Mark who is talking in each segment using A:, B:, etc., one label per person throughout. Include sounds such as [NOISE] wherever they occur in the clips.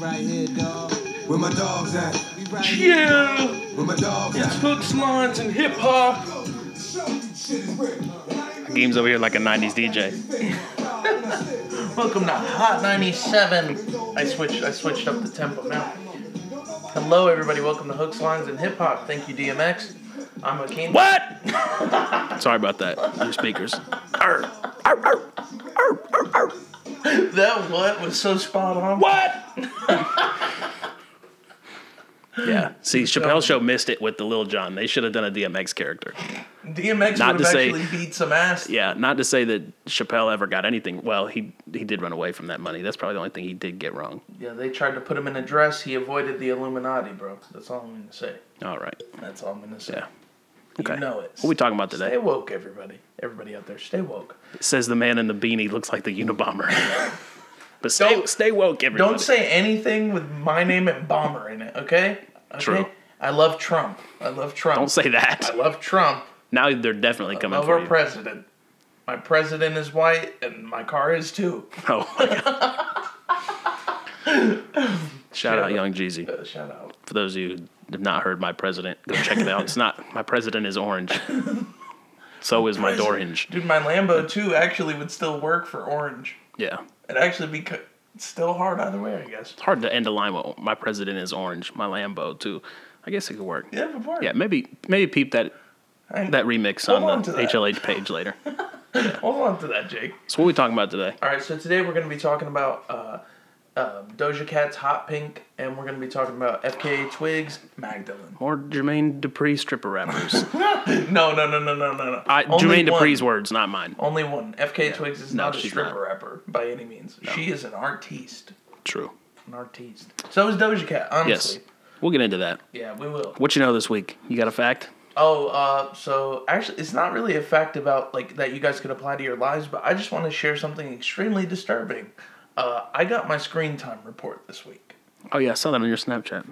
A: right here, dog.
B: Where my dogs at?
A: We right here.
C: Yeah,
B: Where my dogs
C: it's
B: at?
C: hooks, lines, and hip hop.
D: Game's over here like a 90s DJ.
E: Welcome to Hot 97. I switched I switched up the tempo now. Hello everybody, welcome to Hooks, Lines, and Hip Hop. Thank you, DMX. I'm Hakeem.
D: What? Sorry about that.
E: [LAUGHS]
D: Your speakers.
E: Er,
D: Arr, arr, arr, arr, arr, arr.
E: That what was so spot on.
D: What? [LAUGHS] yeah. See, Chappelle's show missed it with the Lil John. They should have done a DMX character.
E: DMX
D: Not
E: would
D: to
E: have
D: say-
E: actually beat some ass.
D: Yeah, not to say that Chappelle ever got anything. Well, he he did run away from that money. That's probably the only thing he did get wrong.
E: Yeah, they tried to put him in a dress. He avoided the Illuminati, bro. That's all I'm gonna say.
D: All right.
E: That's all I'm gonna say.
D: Yeah. Okay.
E: You know it.
D: What are we talking about
E: Stay
D: today?
E: woke, everybody. Everybody out there, stay woke.
D: Says the man in the beanie looks like the
E: [LAUGHS]
D: Unabomber. but stay
E: Don't-
D: stay woke, everybody.
E: Don't say anything with my name and bomber in it, okay? okay?
D: True.
E: I love Trump. I love Trump.
D: Don't say that.
E: I love Trump.
D: Now they're definitely coming
E: love
D: for
E: our
D: you.
E: president. My president is white, and my car is too.
D: oh my god. [LAUGHS] Shout out Young Jeezy.
E: Uh, Shout out.
D: for those of you who have not heard my president, go check it out. It's not my president is orange. So is my door hinge.
E: Dude, my Lambo too actually would still work for orange.
D: Yeah.
E: It'd actually be co- still hard either way, I guess.
D: It's hard to end a line with my president is orange, my Lambo too. I guess it could work.
E: Yeah, it would work.
D: Yeah, maybe maybe peep that
E: I-
D: that remix
E: Hold
D: on
E: on
D: the
E: to that.
D: HLH page later.
E: Hold on to that, Jake.
D: So what are we talking about today?
E: All right, so today we're going to be talking about uh, um, Doja Cat's Hot Pink, and we're going to be talking about FKA Twigs, Magdalene.
D: More Jermaine Dupree
E: [LAUGHS]
D: stripper rappers.
E: No, no, no, no, no, no, no.
D: I, Jermaine
E: one.
D: Dupree's words, not mine.
E: Only one. FK Twigs is
D: No,
E: not a
D: she's
E: stripper
D: not.
E: rapper by any means. She is an artiste.
D: True.
E: An artiste. So is Doja Cat,
D: Yes.
E: honestly.
D: We'll get into that.
E: Yeah, we will.
D: What you know this week? You got a fact?
E: Oh, uh, so actually, it's not really a fact about like that you guys could apply to your lives, but I just want to share something extremely disturbing. Uh, I got my screen time report this week.
D: Oh yeah, I saw that on your Snapchat.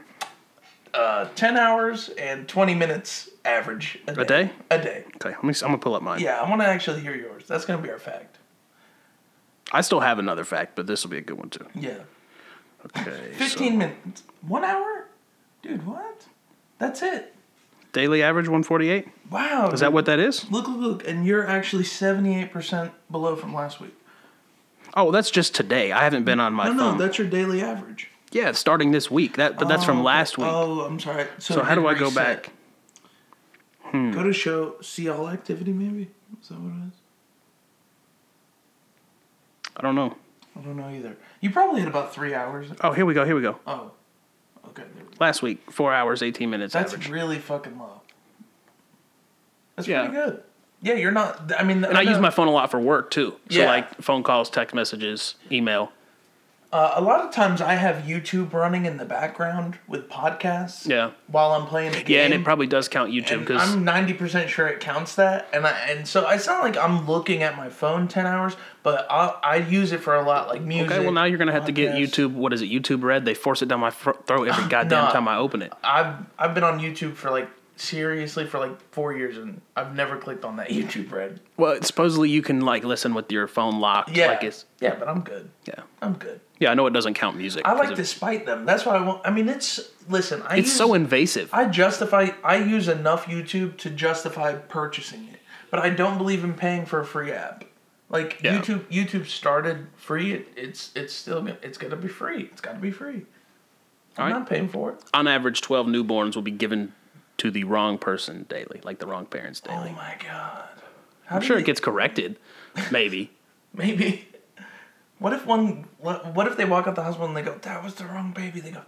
E: Uh, Ten hours and twenty minutes average a day.
D: day?
E: A day.
D: Okay, let me. s- I'm gonna pull up mine.
E: Yeah, I want to actually hear yours. That's gonna be our fact.
D: I still have another fact, but this will be a good one too.
E: Yeah. [LAUGHS]
D: Okay. so-
E: 15 minutes. One hour? Dude, what? That's it.
D: Daily average 148.
E: Wow.
D: Is that what that is?
E: Look, look, look. And you're actually 78% below from last week.
D: Oh, that's just today. I haven't been on my
E: No, no,
D: phone.
E: that's your daily average.
D: yeah, it's starting this week. That but that's from
E: Oh,
D: last week.
E: Oh, I'm sorry. So,
D: so how do I
E: it
D: go
E: reset.
D: back? Hmm.
E: Go to show, see all activity, maybe? Is that what it is?
D: I don't know.
E: I don't know either. You probably had about three hours.
D: Oh, here we go. Here we go.
E: Oh. Okay. there we go.
D: Last week, four hours, 18 minutes
E: That's
D: average.
E: really fucking low. That's
D: Yeah.
E: pretty good. Yeah, you're not. I mean,
D: and I use
E: know-
D: my phone a lot for work too. So
E: Yeah.
D: like phone calls, text messages, email.
E: Uh, a lot of times I have YouTube running in the background with podcasts.
D: Yeah.
E: While I'm playing the game.
D: Yeah, and it probably does count YouTube
E: And
D: because
E: I'm ninety percent sure it counts that, and I and so it's not like I'm looking at my phone ten hours, but I I use it for a lot like music.
D: okay, well now you're gonna have to get
E: podcasts.
D: YouTube. What is it? YouTube Red. They force it down my fr-
E: [SIGHS]
D: throat every goddamn
E: No.
D: time I open it.
E: I've I've been on YouTube for like seriously for like four years, and I've never clicked on that YouTube Red.
D: Well, supposedly you can like listen with your phone locked.
E: Yeah,
D: Like it's,
E: yeah, but I'm good.
D: yeah.
E: I'm good.
D: Yeah, I know it doesn't count music.
E: I
D: 'cause
E: like
D: of-
E: to spite them. That's why I want. I mean, it's listen. I
D: It's
E: use,
D: so invasive.
E: I justify I use enough YouTube to justify purchasing it, but I don't believe in paying for a free app. Like
D: Yeah.
E: YouTube, YouTube started free. It, it's it's still gonna- it's gonna be free. It's gotta be free. I'm
D: Alright.
E: not paying for it.
D: On average, 12 newborns will be given to the wrong person daily, like the wrong parents
E: Oh
D: daily.
E: my god! How
D: I'm sure it gets corrected, maybe.
E: [LAUGHS] maybe. What if one? What what if they walk out the hospital and they go, "That was the wrong baby"? They go,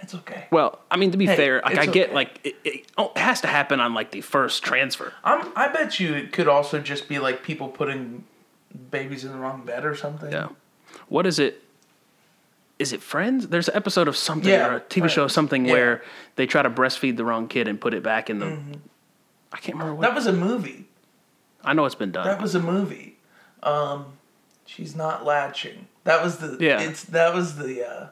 E: "It's okay."
D: Well, I mean, to be
E: Hey,
D: fair, like
E: it's
D: I get
E: okay.
D: like it, it, oh, it has to happen on like the first transfer.
E: I'm, I bet you it could also just be like people putting babies in the wrong bed or something.
D: Yeah. What is it? Is it Friends? There's an episode of something
E: Yeah,
D: or a TV show of
E: Friends.
D: something
E: Yeah.
D: where they try to breastfeed the wrong kid and put it back in the. I can't remember what.
E: Mm-hmm. That was a movie.
D: I know it's been done.
E: That was a movie. Um, she's not latching. That was the
D: Yeah.
E: It's that was the uh,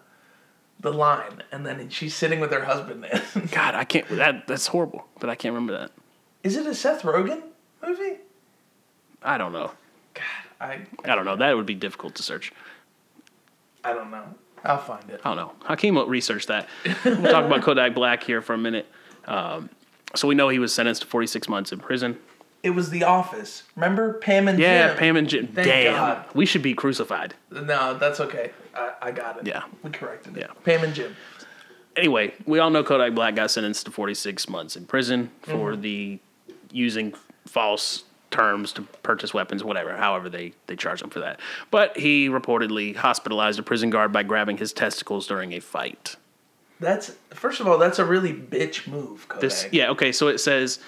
E: the line, and then she's sitting with her husband.
D: God, I can't. That that's horrible. But I can't remember that.
E: [LAUGHS] Is it a Seth Rogen movie?
D: I don't know.
E: God, I
D: I don't know. That would be difficult to search.
E: I don't know. I'll find it.
D: I don't know. Hakeem will research that. We'll
E: [LAUGHS]
D: talk about Kodak Black here for a minute. Um, so we know he was sentenced to 46 months in prison.
E: It was The Office. Remember Pam and
D: Yeah,
E: Jim?
D: Pam and Jim.
E: Thank
D: Damn,
E: God.
D: we should be crucified.
E: No, that's okay. I, I got it.
D: Yeah.
E: we corrected it.
D: Yeah.
E: Pam and Jim.
D: Anyway, we all know Kodak Black got sentenced to 46 months in prison for the using false terms to purchase weapons, whatever. However, they they charge him for that. But he reportedly hospitalized a prison guard by grabbing his testicles during a fight.
E: That's first of all, that's a really bitch move, Kodak.
D: This yeah okay. So it says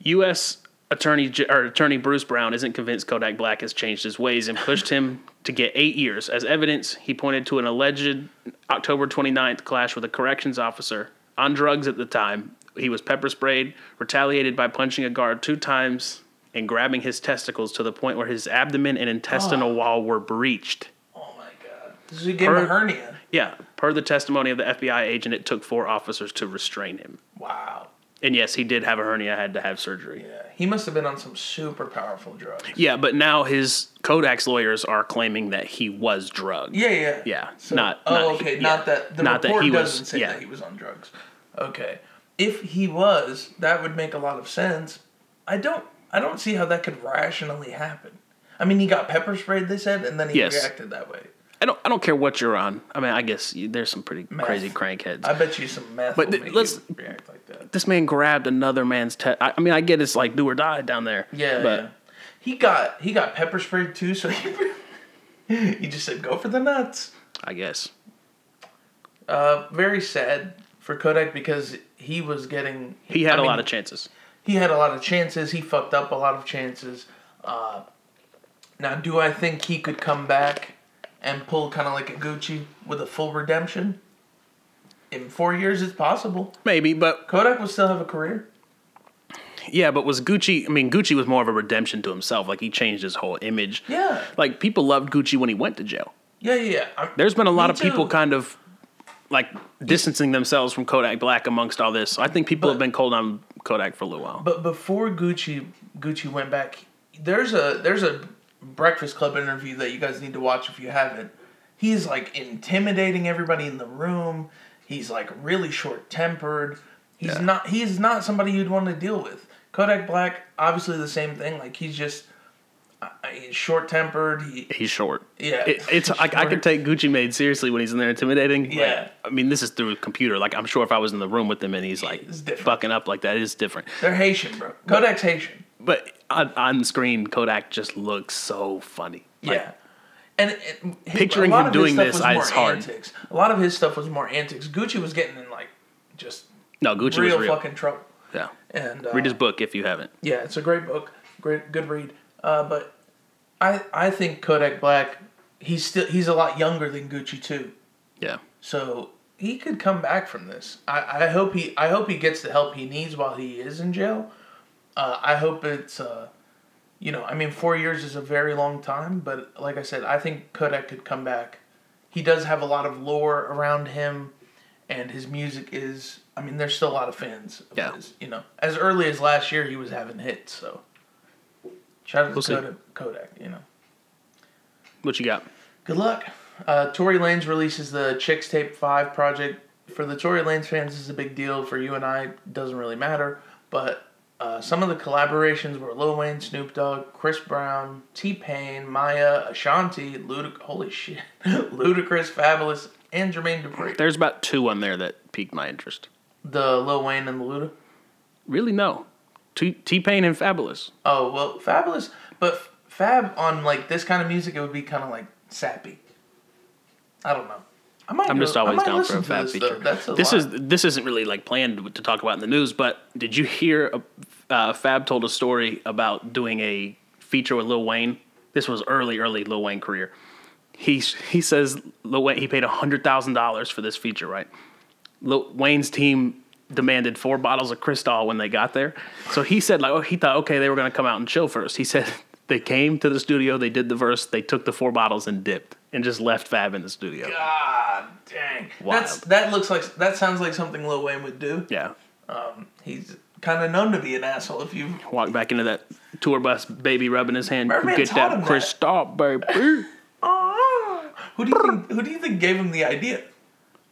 D: U.S. Attorney J- or Attorney Bruce Brown isn't convinced Kodak Black has changed his ways and pushed him to get eight years. As evidence, he pointed to an alleged October 29th clash with a corrections officer on drugs at the time. He was pepper sprayed, retaliated by punching a guard two times and grabbing his testicles to the point where his abdomen and intestinal wall were breached.
E: Oh my god, this is a game
D: Per-
E: of hernia.
D: Yeah, per the testimony of the FBI agent, it took four officers to restrain him.
E: Wow.
D: And yes, he did have a hernia, had to have surgery.
E: Yeah, he must have been on some super powerful drugs.
D: Yeah, but now his Kodak's lawyers are claiming that he was drugged.
E: Yeah, yeah,
D: Yeah,
E: So,
D: not-
E: oh,
D: not he-
E: okay,
D: yeah.
E: not that the
D: Not that
E: report
D: he was-
E: doesn't say
D: yeah.
E: that he was on drugs. Okay, if he was, that would make a lot of sense. I don't, I don't see how that could rationally happen. I mean, he got pepper sprayed, they said, and then he
D: Yes.
E: reacted that way.
D: I don't. I don't care what you're on. I mean, I guess you, there's some pretty
E: Meth.
D: crazy crankheads.
E: I bet you some meth
D: But
E: will
D: th-
E: make
D: let's-
E: you react like that.
D: this man grabbed another man's. Te- I, I mean, I get it's like do or die down there.
E: Yeah,
D: but
E: yeah. he got he got pepper sprayed too, so [LAUGHS] he he just said go for the nuts.
D: I guess.
E: Uh, very sad for Kodak because he was getting
D: He had
E: a
D: a lot of chances.
E: he had a lot of chances. He fucked up a lot of chances. Uh, now, do I think he could come back and pull kind of like a Gucci with a full redemption? In four years, it's possible.
D: Maybe, but
E: Kodak will still have a career.
D: yeah, but was Gucci? I mean, Gucci was more of a redemption to himself. Like he changed his whole image.
E: Yeah.
D: Like people loved Gucci when he went to jail.
E: Yeah, yeah, yeah. I'm-
D: There's been a lot
E: Me
D: of people
E: too.
D: kind of like distancing themselves from Kodak Black amongst all this. I think people have
E: But-
D: been cold on Kodak for a little while.
E: But before Gucci Gucci went back, there's a there's a Breakfast Club interview that you guys need to watch if you haven't. He's like intimidating everybody in the room. He's like really short tempered. He's
D: Yeah.
E: not he's not somebody you'd want to deal with. Kodak Black, obviously the same thing. Like he's just I- I- he's short tempered. He
D: he's short.
E: Yeah,
D: it, it's I, I could
E: short.
D: take Gucci Mane seriously when he's in there intimidating. Like,
E: Yeah.
D: I mean this is through a computer. Like I'm sure if I was in the room with him and he's like
E: It's different.
D: fucking up like that, it is different.
E: they're Haitian, bro. Kodak's Haitian.
D: But on, on screen, Kodak just looks so funny. Like,
E: yeah. And it, it-
D: Picturing
E: a lot
D: him
E: of his
D: doing
E: stuff
D: this
E: was
D: I-
E: more
D: is hard.
E: Antics. A lot of his stuff was more antics. Gucci was getting in like just
D: no, Gucci
E: real,
D: was real.
E: fucking trouble.
D: yeah,
E: And uh,
D: read his book if you haven't.
E: yeah, it's a great book, great good read. Uh, but I I think Kodak Black, he's still he's a lot younger than Gucci too,
D: Yeah,
E: so he could come back from this. I, I hope he I hope he gets the help he needs while he is in jail. Uh, I hope it's uh, you know I mean four years is a very long time, but like I said, I think Kodak could come back. He does have a lot of lore around him, and his music is. I mean, there's still a lot of fans. Of
D: Yeah.
E: his, you know, as early as last year, he was having hits. So, shout out
D: We'll see.
E: to Kodak, Kodak. You know,
D: what you got?
E: Good luck. Uh, Tory Lanez releases the Chicks Tape 5 project. For the Tory Lanez fans, this is a big deal. For you and I, it doesn't really matter. But uh, some of the collaborations were Lil Wayne, Snoop Dogg, Chris Brown, T Pain, Maya, Ashanti, Ludic- holy shit, [LAUGHS] Ludacris, Fabulous, and Jermaine Dupri.
D: There's about two on there that piqued my interest.
E: The Lil Wayne and the Luda.
D: Really, no. T Pain and Fabulous.
E: Oh, well, Fabulous. But Fab on like this kind of music, it would be kind of like sappy. I don't know. I might
D: I'm
E: do-
D: just
E: I
D: always
E: might
D: down for
E: listen
D: a
E: to
D: Fab
E: this,
D: feature.
E: though. That's a
D: this
E: lot.
D: is this isn't really like planned to talk about in the news, but did you hear? uh, Uh, Fab told a story about doing a feature with Lil Wayne. This was early, early Lil Wayne career. He he says Lil Wayne he paid hundred thousand dollars for this feature, right? Lil Wayne's team demanded four bottles of Cristal when they got there. So he said, like, oh, he thought, okay, they were going to come out and chill first. He said [LAUGHS] they came to the studio, they did the verse, they took the four bottles and dipped, and just left Fab in the studio.
E: God dang.
D: Wild.
E: That's that looks like that sounds like something Lil Wayne would do.
D: Yeah,
E: He's kind of known to be an asshole. If you
D: walk back into that tour bus, baby rubbing his hand.
E: Merman
D: get
E: taught him that.
D: that Cristal, baby.
E: oh, Who do you think, who do you think gave him the idea?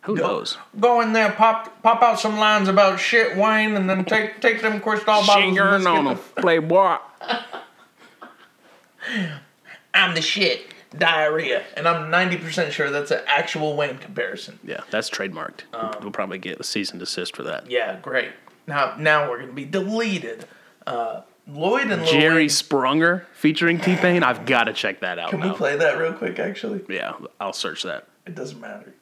D: Who knows?
E: Go in there, pop pop out some lines about shit, Wayne, and then take take them crystal bottles. and let's get the-
D: playboy.
E: I'm the shit. Diarrhea, and I'm ninety percent sure that's an actual Wayne comparison.
D: Yeah, that's trademarked. we'll probably get a cease and desist for that.
E: Um, Yeah, great. Now now we're gonna be deleted. Uh, Lloyd and Lil
D: Jerry
E: Wayne-
D: Sprunger
E: [LAUGHS]
D: featuring T Pain. I've got to check that out
E: Can
D: now.
E: we play that real quick? Actually,
D: Yeah, I'll search that.
E: it doesn't matter.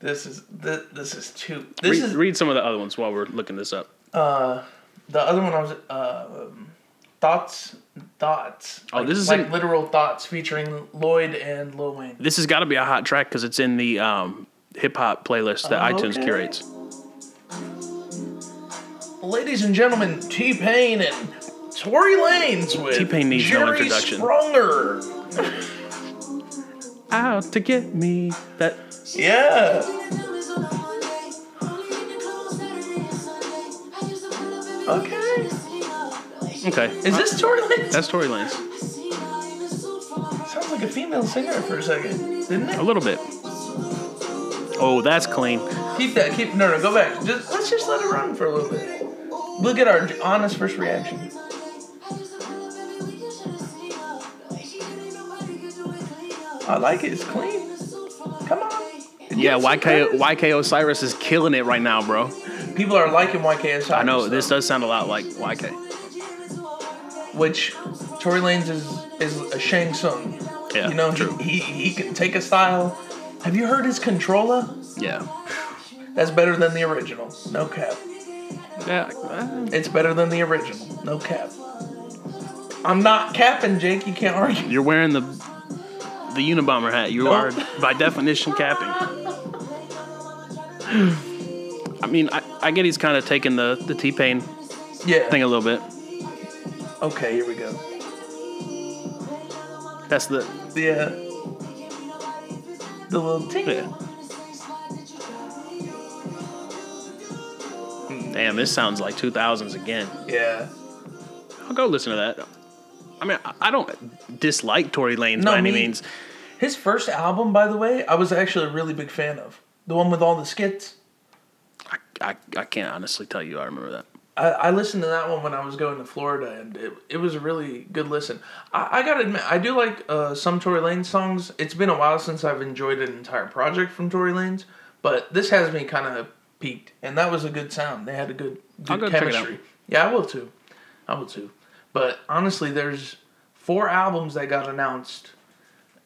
E: This is this, this is too. This
D: Read,
E: is
D: read some of the other ones while we're looking this up.
E: the other one. I was uh, um, thoughts thoughts.
D: Oh,
E: like,
D: this is
E: like
D: in-
E: literal thoughts featuring Lloyd and Lil Wayne.
D: This has got to be a hot track because it's in the um, hip hop playlist that iTunes
E: Okay.
D: curates.
E: Ladies and gentlemen, T Pain and Tory Lanez with
D: T-Pain needs no
E: Jerry
D: introduction.
E: Stronger.
D: Out to get me. That
E: Yeah.
A: Okay.
D: okay.
E: Is this Tory Lanez?
D: That's Tory Lanez.
E: Sounds like a female singer for a second, didn't
D: A
E: it?
D: little bit. Oh, that's clean.
E: Keep that. Keep no, no. Go back. Just let's just let it run for a little bit. Look at our honest first reaction. I like it. It's clean. Come on.
D: Yeah,
E: Yes,
D: YK,
E: yes.
D: YK Osiris is killing it right now, bro.
E: People are liking YKS.
D: I know this does sound a lot like YK.
E: Which Tory Lanez is is a Shang Tsung.
D: Yeah,
E: you know
D: true.
E: he he, he can take a style. Have you heard his controller?
D: Yeah,
E: That's better than the original. No cap.
D: yeah. uh,
E: It's better than the original. No cap. I'm not capping, Jake. You can't argue.
D: You're wearing the the Unabomber hat. You are
E: Oh.
D: by definition capping. I mean, I, I get he's kind of taking the the T Pain
E: Yeah.
D: thing a little bit.
E: Okay, here we go.
D: That's the
E: Yeah. The little ting.
D: yeah. Damn, this sounds like 2000s again.
E: Yeah.
D: I'll go listen to that. I mean, I- I don't dislike Tory Lanez
E: No,
D: by any
E: me-
D: means.
E: His first album, by the way, I was actually a really big fan of. The one with all the skits.
D: I, I, I can't honestly tell you I remember that.
E: I, I listened to that one when I was going to Florida, and it, it was a really good listen. I, I gotta admit, I do like uh, some Tory Lanez songs. It's been a while since I've enjoyed an entire project from Tory Lanez, but this has me kind of peaked, and that was a good sound. They had a good, good
D: I'll go check it out.
E: chemistry. Yeah, I will too. I will too. But honestly, there's four albums that got announced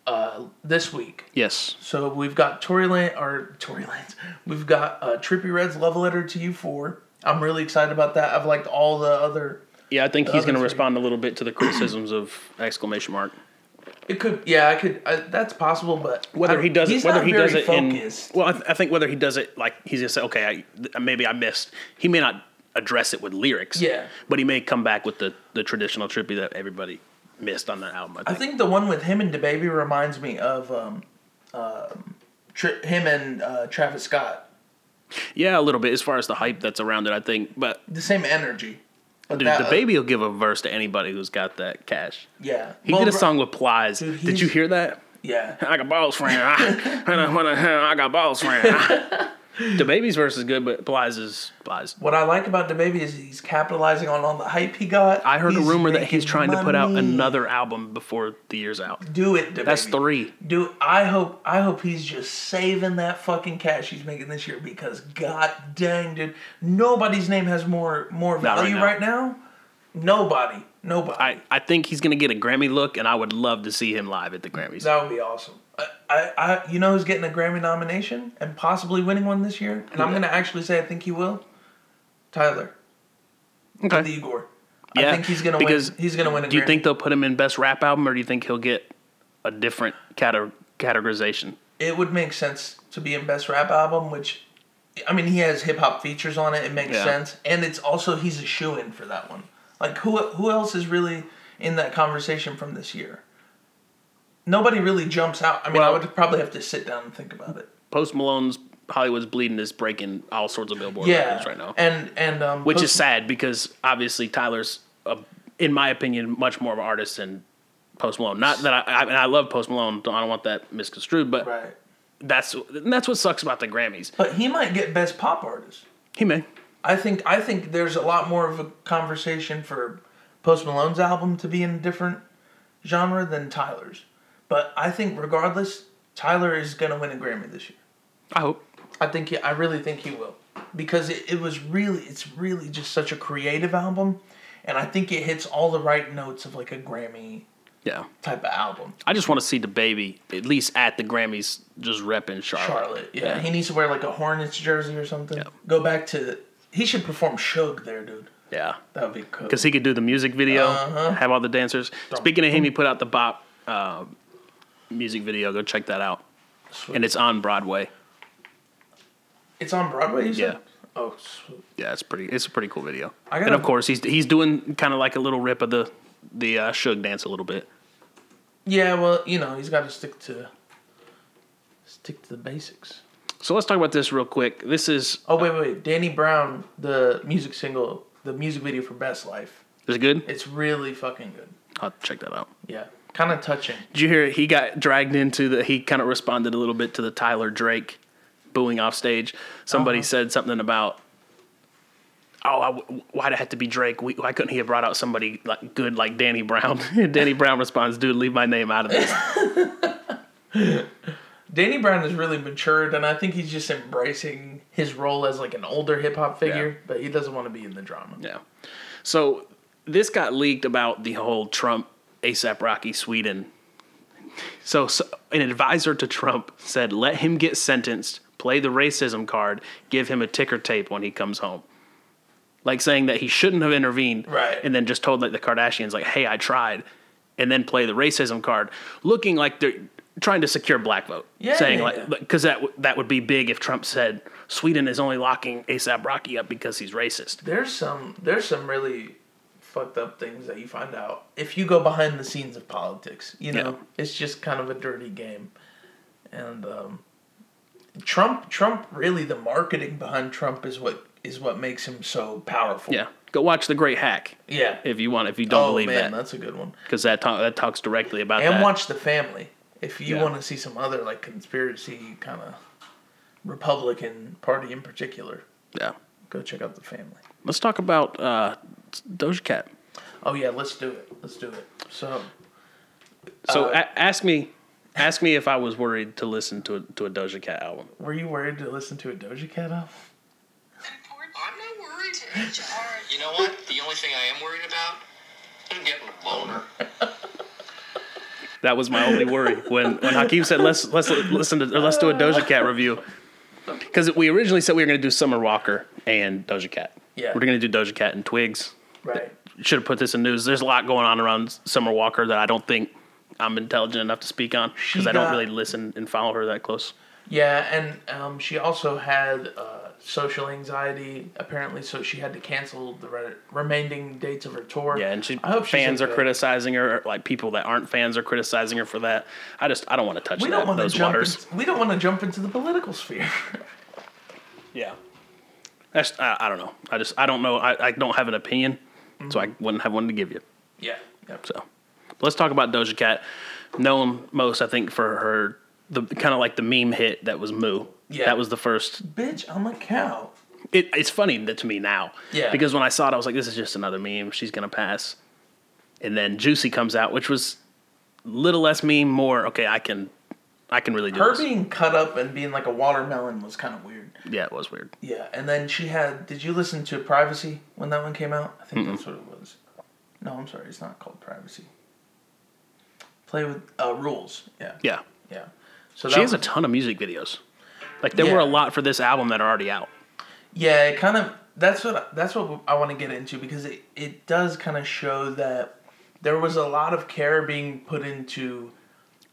E: uh, this week.
D: Yes.
E: So we've got Tory Lane or Tory Lanez. We've got uh, Trippy Red's Love Letter to You Four. I'm really excited about that. I've liked all the other.
D: Yeah, I think he's
E: other
D: going to
E: three.
D: respond a little bit to the criticisms of exclamation mark.
E: It could, yeah, I could. I, that's possible, but
D: Whether
E: I-
D: he does it,
E: he's
D: whether
E: not
D: he does
E: very
D: it
E: focused.
D: in well, I, th- I think whether he does it like he's going to say, okay, I, th- maybe I missed. He may not address it with lyrics.
E: Yeah.
D: but he may come back with the the traditional trippy that everybody missed on that album. I
E: I
D: think.
E: think the one with him and DaBaby reminds me of um, um, tri- him and uh, Travis Scott.
D: yeah, a little bit as far as the hype that's around it. I think, but
E: The same energy. But uh,
D: dude, the baby will give a verse to anybody who's got that cash.
E: yeah,
D: He
E: Well,
D: did a
E: bro-
D: song with Plies.
E: Dude,
D: did you
E: he's-
D: hear that? [LAUGHS]
E: Yeah,
D: I got balls, friend. I, I, don't wanna- I got balls,
E: [LAUGHS]
D: friend. the baby's verse is good, but Bly's is Bly's.
E: what I like about DaBaby is he's capitalizing on all the hype he got.
D: I heard a
E: He's
D: rumor that he's
E: making
D: trying to put out
E: money.
D: another album before the year's out.
E: Do it, DaBaby.
D: That's three.
E: Dude, I hope I hope he's just saving that fucking cash he's making this year because god dang dude, nobody's name has more more
D: Not right
E: value
D: now.
E: right now. Nobody, nobody.
D: I, I think he's gonna get a Grammy look, and I would love to see him live at the Grammys.
E: that would be awesome. I, I, I, you know who's getting a Grammy nomination and possibly winning one this year? And I'm gonna actually say I think he will. Tyler, the
D: Okay.
E: Igor.
D: Yeah,
E: I think he's gonna
D: because
E: win. He's gonna win a
D: Do you
E: Grammy.
D: think they'll put him in best rap album, or do you think he'll get a different cate- categorization?
E: it would make sense to be in best rap album, which I mean he has hip hop features on it. It makes
D: Yeah.
E: sense, and it's also he's a shoe in for that one. Like who who else is really in that conversation from this year? Nobody really jumps out. I mean,
D: Well-
E: I would probably have to sit down and think about it.
D: Post Malone's Hollywood's Bleeding is breaking all sorts of Billboard
E: Yeah,
D: records right now.
E: and and um,
D: which
E: Post-
D: is sad because obviously Tyler's, a, in my opinion, much more of an artist than Post Malone. Not that I, I mean, I love Post Malone. I don't want that misconstrued, but
E: Right.
D: that's that's what sucks about the Grammys.
E: But he might get best pop artist.
D: He may.
E: I think I think there's a lot more of a conversation for Post Malone's album to be in a different genre than Tyler's. But I think regardless, Tyler is gonna win a Grammy this year.
D: I hope.
E: I think he, I really think he will because it, it was really it's really just such a creative album, and I think it hits all the right notes of like a Grammy
D: Yeah.
E: type of album.
D: I just want to see the baby at least at the Grammys just repping Charlotte.
E: Charlotte, yeah, he needs to wear like a Hornets jersey or something.
D: Yeah.
E: Go back to he should perform Shug there, dude.
D: Yeah.
E: That would be cool.
D: Because he could do the music video,
E: Uh-huh.
D: have all the dancers. Speaking of him, he put out the Bop uh, music video. Go check that out.
E: Sweet.
D: And it's on Broadway.
E: It's on Broadway, you said?
D: Yeah.
E: Oh, sweet.
D: Yeah, it's pretty. It's a pretty cool video.
E: I gotta-
D: and of course, he's he's doing kind of like a little rip of the the uh, Suge dance a little bit.
E: Yeah, well, you know, he's got to stick to stick to the basics.
D: So let's talk about this real quick. This is
E: Oh, wait, wait, wait. Danny Brown, the music single, the music video for Best Life.
D: is it good.
E: It's really fucking good.
D: I'll check that out.
E: Yeah. Kind of touching.
D: Did you hear? He got dragged into the. He kind of responded a little bit to the Tyler Drake booing off stage. Somebody said something about, "Oh, I w- why'd it have to be Drake? We, why couldn't he have brought out somebody like good like Danny Brown?" [LAUGHS] And Danny Brown responds, "Dude, leave my name out of this."
E: Danny Brown has really matured, and I think he's just embracing his role as like an older hip hop figure,
D: Yeah.
E: but he doesn't want to be in the drama.
D: yeah. So this got leaked about the whole Trump ASAP Rocky Sweden. So, so an advisor to Trump said, "Let him get sentenced. Play the racism card. Give him a ticker tape when he comes home." Like saying that he shouldn't have intervened,
E: Right.
D: And then just told like the Kardashians, like, "Hey, I tried," and then play the racism card, looking like they're trying to secure black vote.
E: Yeah,
D: saying
E: yeah, yeah.
D: like because that w- that would be big if Trump said Sweden is only locking ASAP Rocky up because he's racist.
E: There's some there's some really fucked up things that you find out if you go behind the scenes of politics. You know,
D: Yeah.
E: it's just kind of a dirty game. And um, Trump Trump really the marketing behind Trump is what is what makes him so powerful.
D: Yeah, go watch the Great Hack
E: Yeah.
D: if you want. If you don't
E: oh
D: believe
E: man,
D: that,
E: that's a good one.
D: because that ta- that talks directly about
E: And
D: that.
E: watch The Family if you
D: Yeah.
E: want to see some other like conspiracy kind of Republican Party in particular.
D: yeah,
E: Go check out The Family.
D: let's talk about uh, Doja Cat.
E: Oh yeah, let's do it. Let's do it. So
D: So
E: Uh,
D: a- ask me, ask me if I was worried to listen to a, to a Doja Cat album.
E: Were you worried to listen to a Doja Cat album?
A: I'm not worried. To HR.
F: You know what? The only thing I am worried about is getting a boner.
D: That was my only worry when when Hakeem said let's let's li- listen to or let's do a Doja Cat review because we originally said we were going to do Summer Walker and Doja Cat.
E: Yeah.
D: we're going to do Doja Cat and Twigs.
E: Right.
D: Should have put this in news. There's a lot going on around Summer Walker that I don't think I'm intelligent enough to speak on because
E: She
D: I don't
E: got-
D: really listen and follow her that close.
E: Yeah, and um, she also had uh, social anxiety apparently, so she had to cancel the re- remaining dates of her tour.
D: Yeah, and she
E: I hope she's
D: fans are
E: okay.
D: criticizing her. or, Like people that aren't fans are criticizing her for that. I just I don't want to touch
E: We
D: that,
E: don't want to
D: those
E: jump.
D: waters.
E: in- we don't want to jump into the political sphere. [LAUGHS]
D: Yeah, that's I, I don't know. I just I don't know. I, I don't have an opinion, so I wouldn't have one to give you.
E: yeah. Yep.
D: So let's talk about Doja Cat. Known most, I think, for her the kind of like the meme hit that was Moo.
E: Yeah.
D: that was the first
E: Bitch, I'm a cow.
D: it, it's funny that to me now.
E: Yeah.
D: Because when I saw it, I was like, this is just another meme. She's gonna pass. And then Juicy comes out, which was little less meme, more okay. I can, I can really do
E: Her
D: this.
E: being cut up and being like a watermelon was kind of weird.
D: Yeah, it was weird.
E: Yeah, and then she had. Did you listen to Privacy when that one came out? I think that's what it was. No, I'm sorry, it's not called Privacy. Play with uh, rules. Yeah.
D: Yeah.
E: Yeah. So that
D: She has a
E: was-
D: ton of music videos. Like there were
E: Yeah.
D: a lot for this album that are already out.
E: yeah, it kind of that's what that's what I want to get into because it it does kind of show that there was a lot of care being put into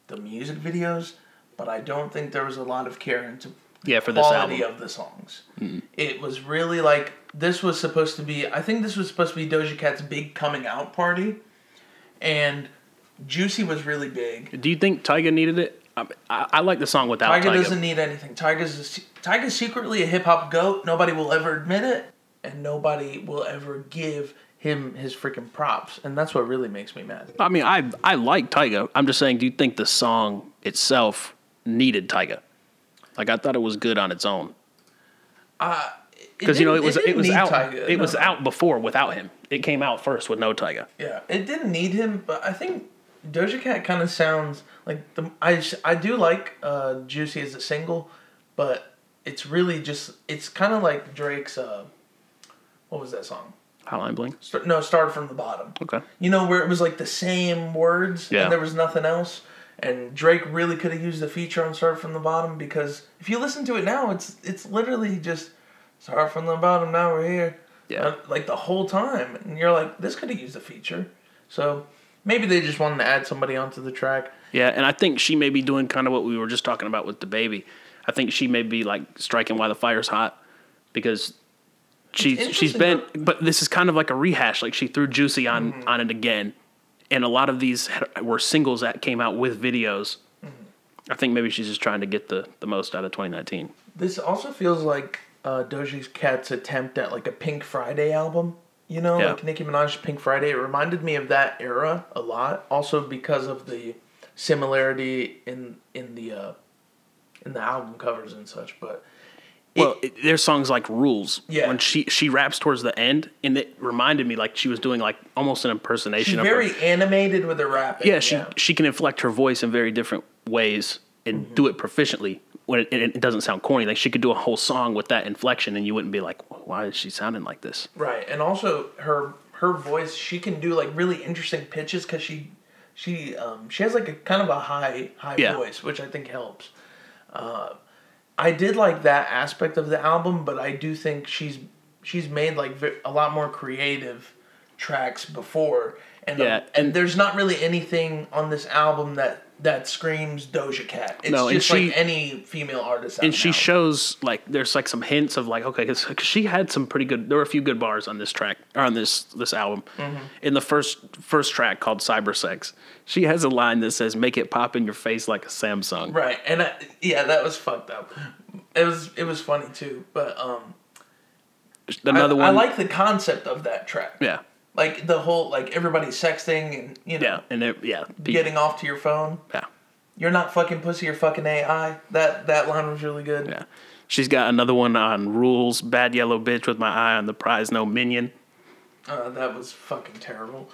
E: the music videos, but I don't think there was a lot of care into
D: Yeah, for this
E: quality
D: album.
E: of the songs. It was really like this was supposed to be. I think this was supposed to be Doja Cat's big coming out party, and Juicy was really big.
D: Do you think Tyga needed it? I, I, I like the song without
E: Tiger
D: Tyga.
E: doesn't need anything. Tiger's a, se- Tiger's secretly a hip hop goat. Nobody will ever admit it, and nobody will ever give him his freaking props, and that's what really makes me mad.
D: I mean, I I like Tyga. I'm just saying, do you think the song itself needed Tyga? Like I thought it was good on its own because you know it
E: didn't-
D: was it,
E: didn't
D: was
E: need
D: out
E: Tyga,
D: it was
E: no.
D: out before without him. It came out first with no Tyga.
E: Yeah, it didn't need him, but I think Doja Cat kind of sounds like the I s- I do like uh, Juicy as a single, but it's really just it's kind of like Drake's uh, what was that song?
D: Hotline Bling.
E: Star, no, Start from the Bottom.
D: Okay.
E: You know where it was like the same words
D: Yeah.
E: and there was nothing else. And Drake really could have used the feature on Start from the Bottom because if you listen to it now, it's it's literally just Start from the Bottom. Now we're here.
D: Yeah.
E: Uh, like the whole time, and you're like, this could have used a feature. So maybe they just wanted to add somebody onto the track.
D: Yeah, and I think she may be doing kind of what we were just talking about with the baby. I think she may be like striking while the fire's hot because she's she's
E: interesting
D: been but this is kind of like a rehash like she threw Juicy on
E: Mm-hmm.
D: on it again. And a lot of these had- were singles that came out with videos.
E: Mm-hmm.
D: I think maybe she's just trying to get the, the most out of 2019.
E: This also feels like uh, Doja Cat's attempt at like a Pink Friday album. You know,
D: Yeah.
E: like Nicki Minaj's Pink Friday. It reminded me of that era a lot. Also because of the similarity in in the uh, in the album covers and such. But
D: Well, it, there's songs like Rules.
E: Yeah.
D: When she she raps towards the end, and it reminded me like she was doing like almost an impersonation
E: she's
D: of her.
E: very animated with her rapping.
D: yeah, she she can inflect her voice in very different ways and
E: Mm-hmm.
D: do it proficiently when it, and it doesn't sound corny. Like she could do a whole song with that inflection, and you wouldn't be like, "Why is she sounding like this?"
E: Right, and also her her voice, she can do like really interesting pitches because she she um she has like a kind of a high high
D: Yeah.
E: voice, which I think helps. Uh, I did like that aspect of the album, but I do think she's she's made like ve- a lot more creative tracks before, and um,
D: Yeah,
E: and,
D: and-
E: there's not really anything on this album that that screams Doja Cat. It's
D: No, and
E: just
D: she-
E: like any female artist.
D: And she shows like there's like some hints of like okay, because she had some pretty good. There were a few good bars on this track or on this this album.
E: Mm-hmm.
D: In the first first track called Cyber Sex, she has a line that says, "Make it pop in your face like a Samsung."
E: Right, and I, yeah, that was fucked up. It was it was funny too, but um,
D: Another
E: I,
D: one,
E: I like the concept of that track.
D: yeah,
E: like the whole like everybody sexting and you know
D: yeah, and they're yeah, pe-
E: getting off to your phone.
D: yeah.
E: You're not fucking pussy. You're fucking AI. That that line was really good.
D: Yeah. She's got another one on rules, bad yellow bitch with my eye on the prize, no minion.
E: Uh, that was fucking terrible.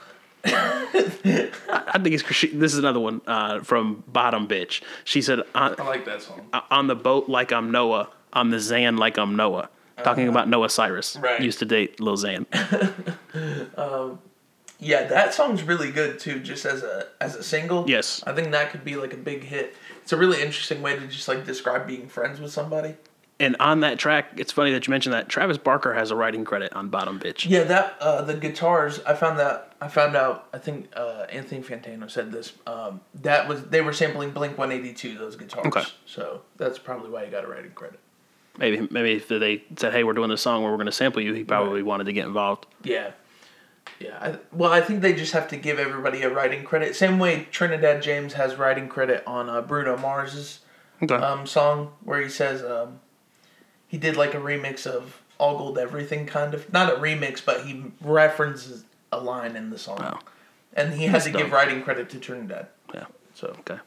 D: I think it's 'cause she, this is another one uh, from Bottom Bitch. She said "Uh, on,
E: I like that song.
D: on the boat like I'm Noah, on the Zan like I'm Noah. Talking about Noah Cyrus,
E: Uh-huh. Right.
D: used to date Lil Xan.
E: Yeah, that song's really good too. Just as a as a single.
D: Yes.
E: I think that could be like a big hit. It's a really interesting way to just like describe being friends with somebody.
D: [LAUGHS] And on that track, it's funny that you mentioned that Travis Barker has a writing credit on Bottom Bitch.
E: Yeah, that uh, the guitars. I found that I found out. I think uh, Anthony Fantano said this. Um, that was they were sampling Blink One Eighty Two. Those guitars.
D: Okay.
E: So that's probably why he got a writing credit.
D: Maybe maybe if they said, "Hey, we're doing this song where we're going to sample you," he probably wanted to get involved.
E: Yeah. Yeah. I, well, I think they just have to give everybody a writing credit. Same way Trinidad James has writing credit on uh, Bruno Mars's
D: Okay.
E: um, song where he says um, he did like a remix of All Gold Everything, kind of not a remix, but he references a line in the song,
D: Wow.
E: and he had to
D: dope.
E: give writing credit to Trinidad.
D: yeah.
E: So
D: Okay.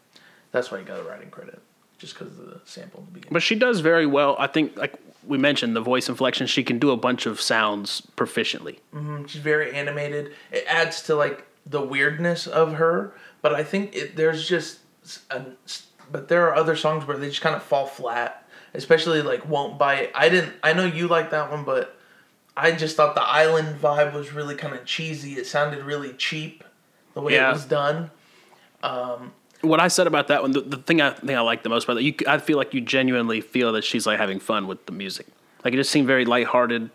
E: that's why he got a writing credit, just because of the sample in the beginning.
D: But she does very well. I think, like we mentioned, the voice inflection. She can do a bunch of sounds proficiently.
E: She's very animated. It adds to like the weirdness of her, but I think it, there's just s- an, s- but there are other songs where they just kind of fall flat, especially like "Won't Bite." I didn't. I know you like that one, but I just thought the island vibe was really kind of cheesy. It sounded really cheap, the way
D: Yeah.
E: it was done.
D: What I said about that one, the, the thing I think I like the most about that, you, I feel like you genuinely feel that she's like having fun with the music. Like it just seemed very lighthearted.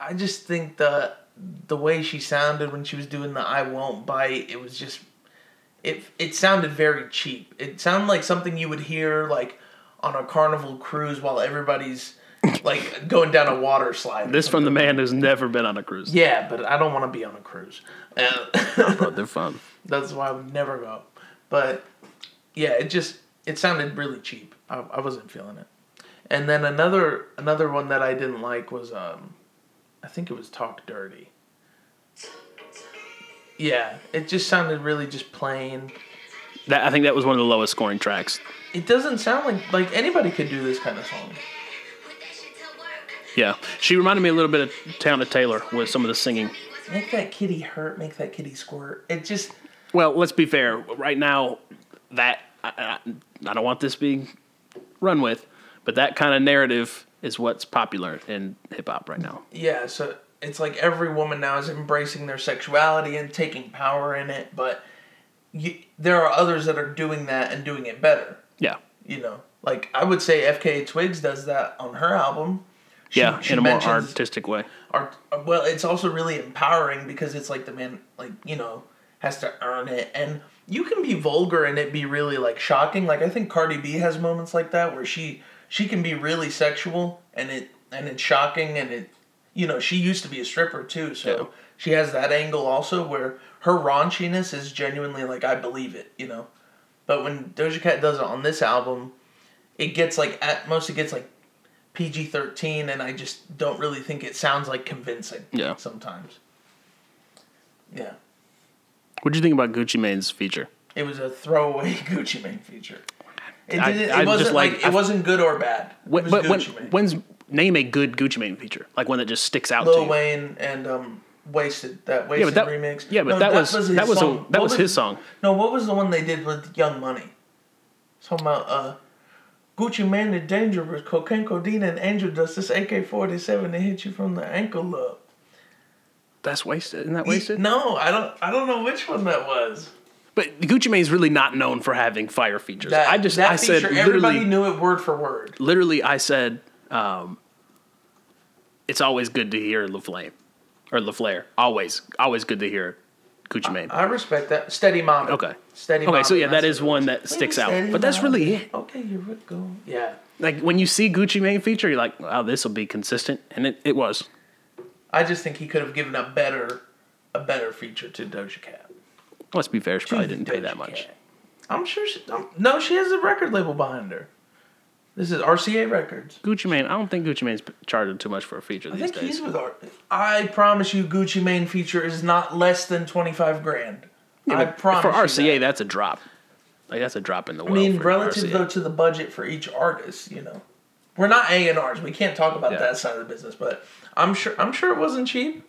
E: I just think the the way she sounded when she was doing the "I won't bite," it was just it it sounded very cheap. It sounded like something you would hear like on a carnival cruise while everybody's like [LAUGHS] going down a water slide. or
D: This from
E: something.
D: the man who's never been on a cruise.
E: yeah, but I don't want to be on a cruise. Uh, [LAUGHS]
D: Bro, they're fun.
E: that's why I would never go. But yeah, it just it sounded really cheap. I, I wasn't feeling it. And then another another one that I didn't like was um, I think it was Talk Dirty. yeah, it just sounded really just plain.
D: That I think that was one of the lowest scoring tracks.
E: It doesn't sound like like anybody could do this kind of song.
D: Yeah, she reminded me a little bit of Towna Taylor with some of the singing.
E: Make that kitty hurt. Make that kitty squirt. It just
D: Well, let's be fair. Right now, that I, I, I don't want this being run with, but that kind of narrative is what's popular in hip hop right now.
E: yeah. So it's like every woman now is embracing their sexuality and taking power in it, but you, there are others that are doing that and doing it better.
D: Yeah,
E: You know, like I would say FKA Twigs does that on her album. She-
D: yeah,
E: she
D: in a more
E: mentions-
D: artistic way.
E: art well it's also really empowering because it's like the man like you know has to earn it and you can be vulgar and it be really like shocking like i think cardi b has moments like that where she she can be really sexual and it and it's shocking and it you know she used to be a stripper too so
D: Yeah.
E: she has that angle also where her raunchiness is genuinely like i believe it you know but when doja cat does it on this album it gets like at most it gets like PG thirteen, and I just don't really think it sounds like convincing.
D: Yeah.
E: Sometimes. Yeah,
D: What do you think about Gucci Mane's feature?
E: it was a throwaway [LAUGHS] Gucci Mane feature. It
D: I-
E: didn't. It
D: I'm just
E: wasn't like,
D: like-
E: it
D: I-
E: wasn't good or bad. It
D: When,
E: was
D: but when,
E: Gucci Mane.
D: when's name a good Gucci Mane feature? Like one that just sticks out to
E: Lil
D: you.
E: Wayne and um wasted that
D: yeah,
E: wasted
D: but that
E: remix.
D: yeah, but
E: No,
D: that, was,
E: his
D: that was a,
E: song.
D: that
E: What
D: was his song.
E: No, what was the one they did with Young Money? Talking about uh, Gucci Mane the Dangerous, cocaine, codeine, and angel dust. This AK forty seven to hit you from the ankle up.
D: That's wasted. Isn't that
E: Ye-
D: wasted?
E: No, I don't. I don't know which one that was.
D: But Gucci Mane's really not known for having fire features.
E: That,
D: I just
E: that
D: I said
E: feature, everybody
D: literally
E: knew it word for word.
D: literally I said um, it's always good to hear La Flame or La Flair. Always always good to hear Gucci Mane.
E: I respect that. Steady mom.
D: Okay.
E: Steady.
D: Okay,
E: Mama,
D: so yeah, that
E: Uh, that's-
D: is one that sticks out.
E: Steady
D: But that's
E: Mama.
D: really it.
E: Okay, you're right, go. Yeah,
D: Like when you see Gucci Mane feature, you're like, wow, this will be consistent, and it, it was.
E: I just think he could have given a better, a better feature to Doja Cat.
D: Let's be fair, she probably didn't pay
E: Doja
D: that much.
E: Cat. I'm sure she. um, no, she has a record label behind her. This is RCA Records.
D: Gucci Mane, I don't think Gucci Mane's charging too much for a feature
E: I
D: these
E: think
D: days.
E: he's with R. I promise you, Gucci Mane feature is not less than twenty five grand. I promise
D: for
E: you
D: RCA,
E: that.
D: that's a drop. Like that's a drop in the
E: I
D: world.
E: mean,
D: for
E: relative
D: RCA.
E: though to the budget for each artist, you know, we're not A and R's. We can't talk about
D: Yeah.
E: that side of the business, but I'm sure I'm sure it wasn't cheap.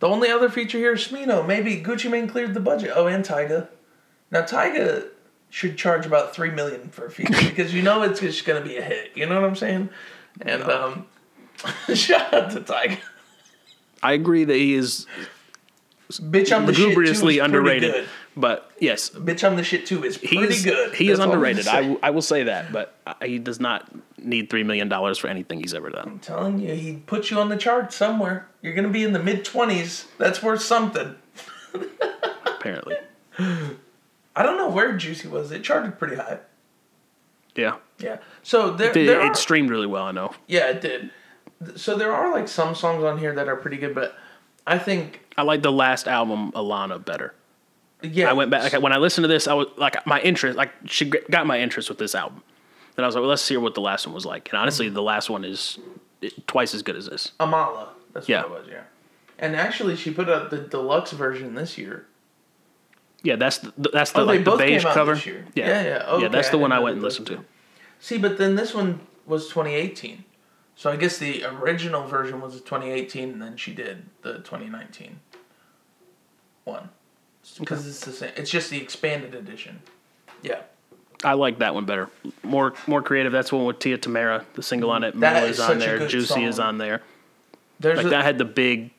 E: The only other feature here is Smino. Maybe Gucci Mane cleared the budget. Oh, and Tyga. Now Tyga should charge about three million for a
D: [LAUGHS]
E: feature because you know it's just gonna be a hit. You know what I'm saying? And um, [LAUGHS] shout out to Tyga.
D: I agree that he is
E: Bitch, I'm the shit too is pretty
D: lugubriously underrated.
E: good.
D: But yes,
E: Bitch, I'm the shit too is
D: he
E: pretty
D: is,
E: good.
D: He is
E: That's all I'm
D: underrated. I,
E: saying.
D: w- I will say that, but I- he does not need three million dollars for anything he's ever done.
E: telling you, he put you on the chart somewhere. You're gonna be in the mid twenties. That's worth something.
D: Apparently,
E: I don't know where Juicy was. It charted pretty high.
D: yeah,
E: Yeah. So there,
D: it, did-
E: there
D: it
E: are-
D: streamed really well. I know.
E: yeah, it did. Th- So there are like some songs on here that are pretty good, but I think
D: I like the last album Alana better.
E: yeah.
D: I went back like, when I listened to this. I was like, my interest, like she g- got my interest with this album. Then I was like, well, let's hear what the last one was like. And honestly, the last one is it, twice as good as this.
E: Amala. That's
D: Yeah.
E: what it was. Yeah. And actually, she put out the deluxe version this year.
D: Yeah, that's the, that's the
E: Oh, they
D: like the
E: both came
D: beige
E: out
D: cover.
E: this year.
D: Yeah,
E: Yeah, yeah, okay,
D: yeah. That's
E: I
D: the one
E: didn't
D: I
E: know
D: went and
E: they both
D: listened to.
E: See, but then this one was 2018. So I guess the original version was 2018, and then she did the 2019 one. Because it's the same. It's just the expanded edition. Yeah.
D: I like that one better. More more creative. That's the one with Tia Tamara. The single on it.
E: That
D: Mula
E: is
D: is on
E: such a
D: there.
E: good
D: Juicy
E: song.
D: is on there.
E: There's
D: Like
E: a,
D: that had the big,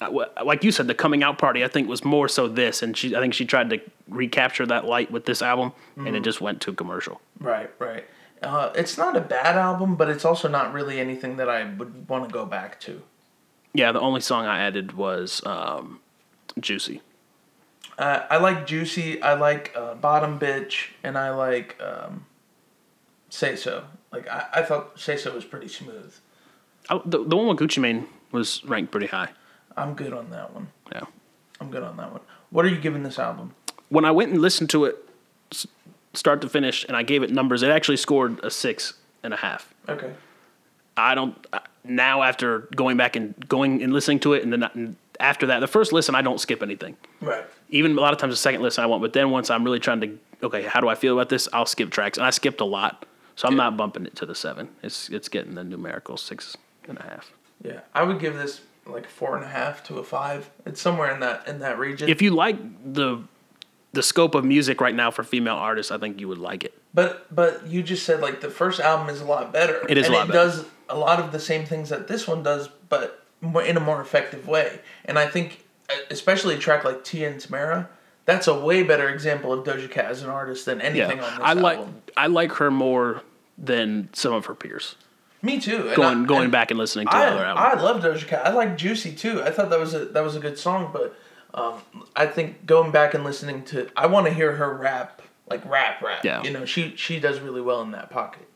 D: uh, wh- like you said, the coming out party. I think was more so this, and she. I think she tried to recapture that light with this album, and it
E: Mm.
D: just went too commercial.
E: Right, right. Uh, it's not a bad album, but it's also not really anything that I would want to go back to.
D: Yeah, the only song I added was um, Juicy.
E: Uh, I like Juicy, I like uh, Bottom Bitch, and I like um, Say So. Like, I, I thought Say So was pretty smooth.
D: I, the, the one with Gucci Mane was ranked pretty high.
E: I'm good on that one.
D: Yeah.
E: I'm good on that one. What are you giving this album?
D: when I went and listened to it, s- start to finish, and I gave it numbers, it actually scored a six and a half.
E: Okay.
D: I don't I- now after going back and going and listening to it, and then not- and after that, the first listen, I don't skip anything.
E: Right.
D: Even a lot of times, the second listen I won't. But then once I'm really trying to, okay, how do I feel about this? I'll skip tracks, and I skipped a lot, so I'm not bumping it to the seven. It's it's getting the numerical six and a half.
E: Yeah. I would give this like four and a half to a five. It's somewhere in that in that region.
D: If you like the the scope of music right now for female artists, I think you would like it.
E: But but you just said like the first album is a lot better.
D: It is a
E: and
D: lot
E: it
D: better.
E: does a lot of the same things that this one does, but mo- in a more effective way. And I think, uh, especially a track like Tia and Tamara, that's a way better example of Doja Cat as an artist than
D: Yeah,
E: anything on this
D: I like
E: album.
D: I like her more than some of her peers.
E: Me too. and
D: Going
E: I-
D: going
E: and
D: back and listening to
E: I,
D: other albums.
E: I love Doja Cat. I like Juicy too. I thought that was a that was a good song, but um, I think going back and listening to, I want to hear her rap like rap rap.
D: Yeah.
E: You know, she she does really well in that pocket,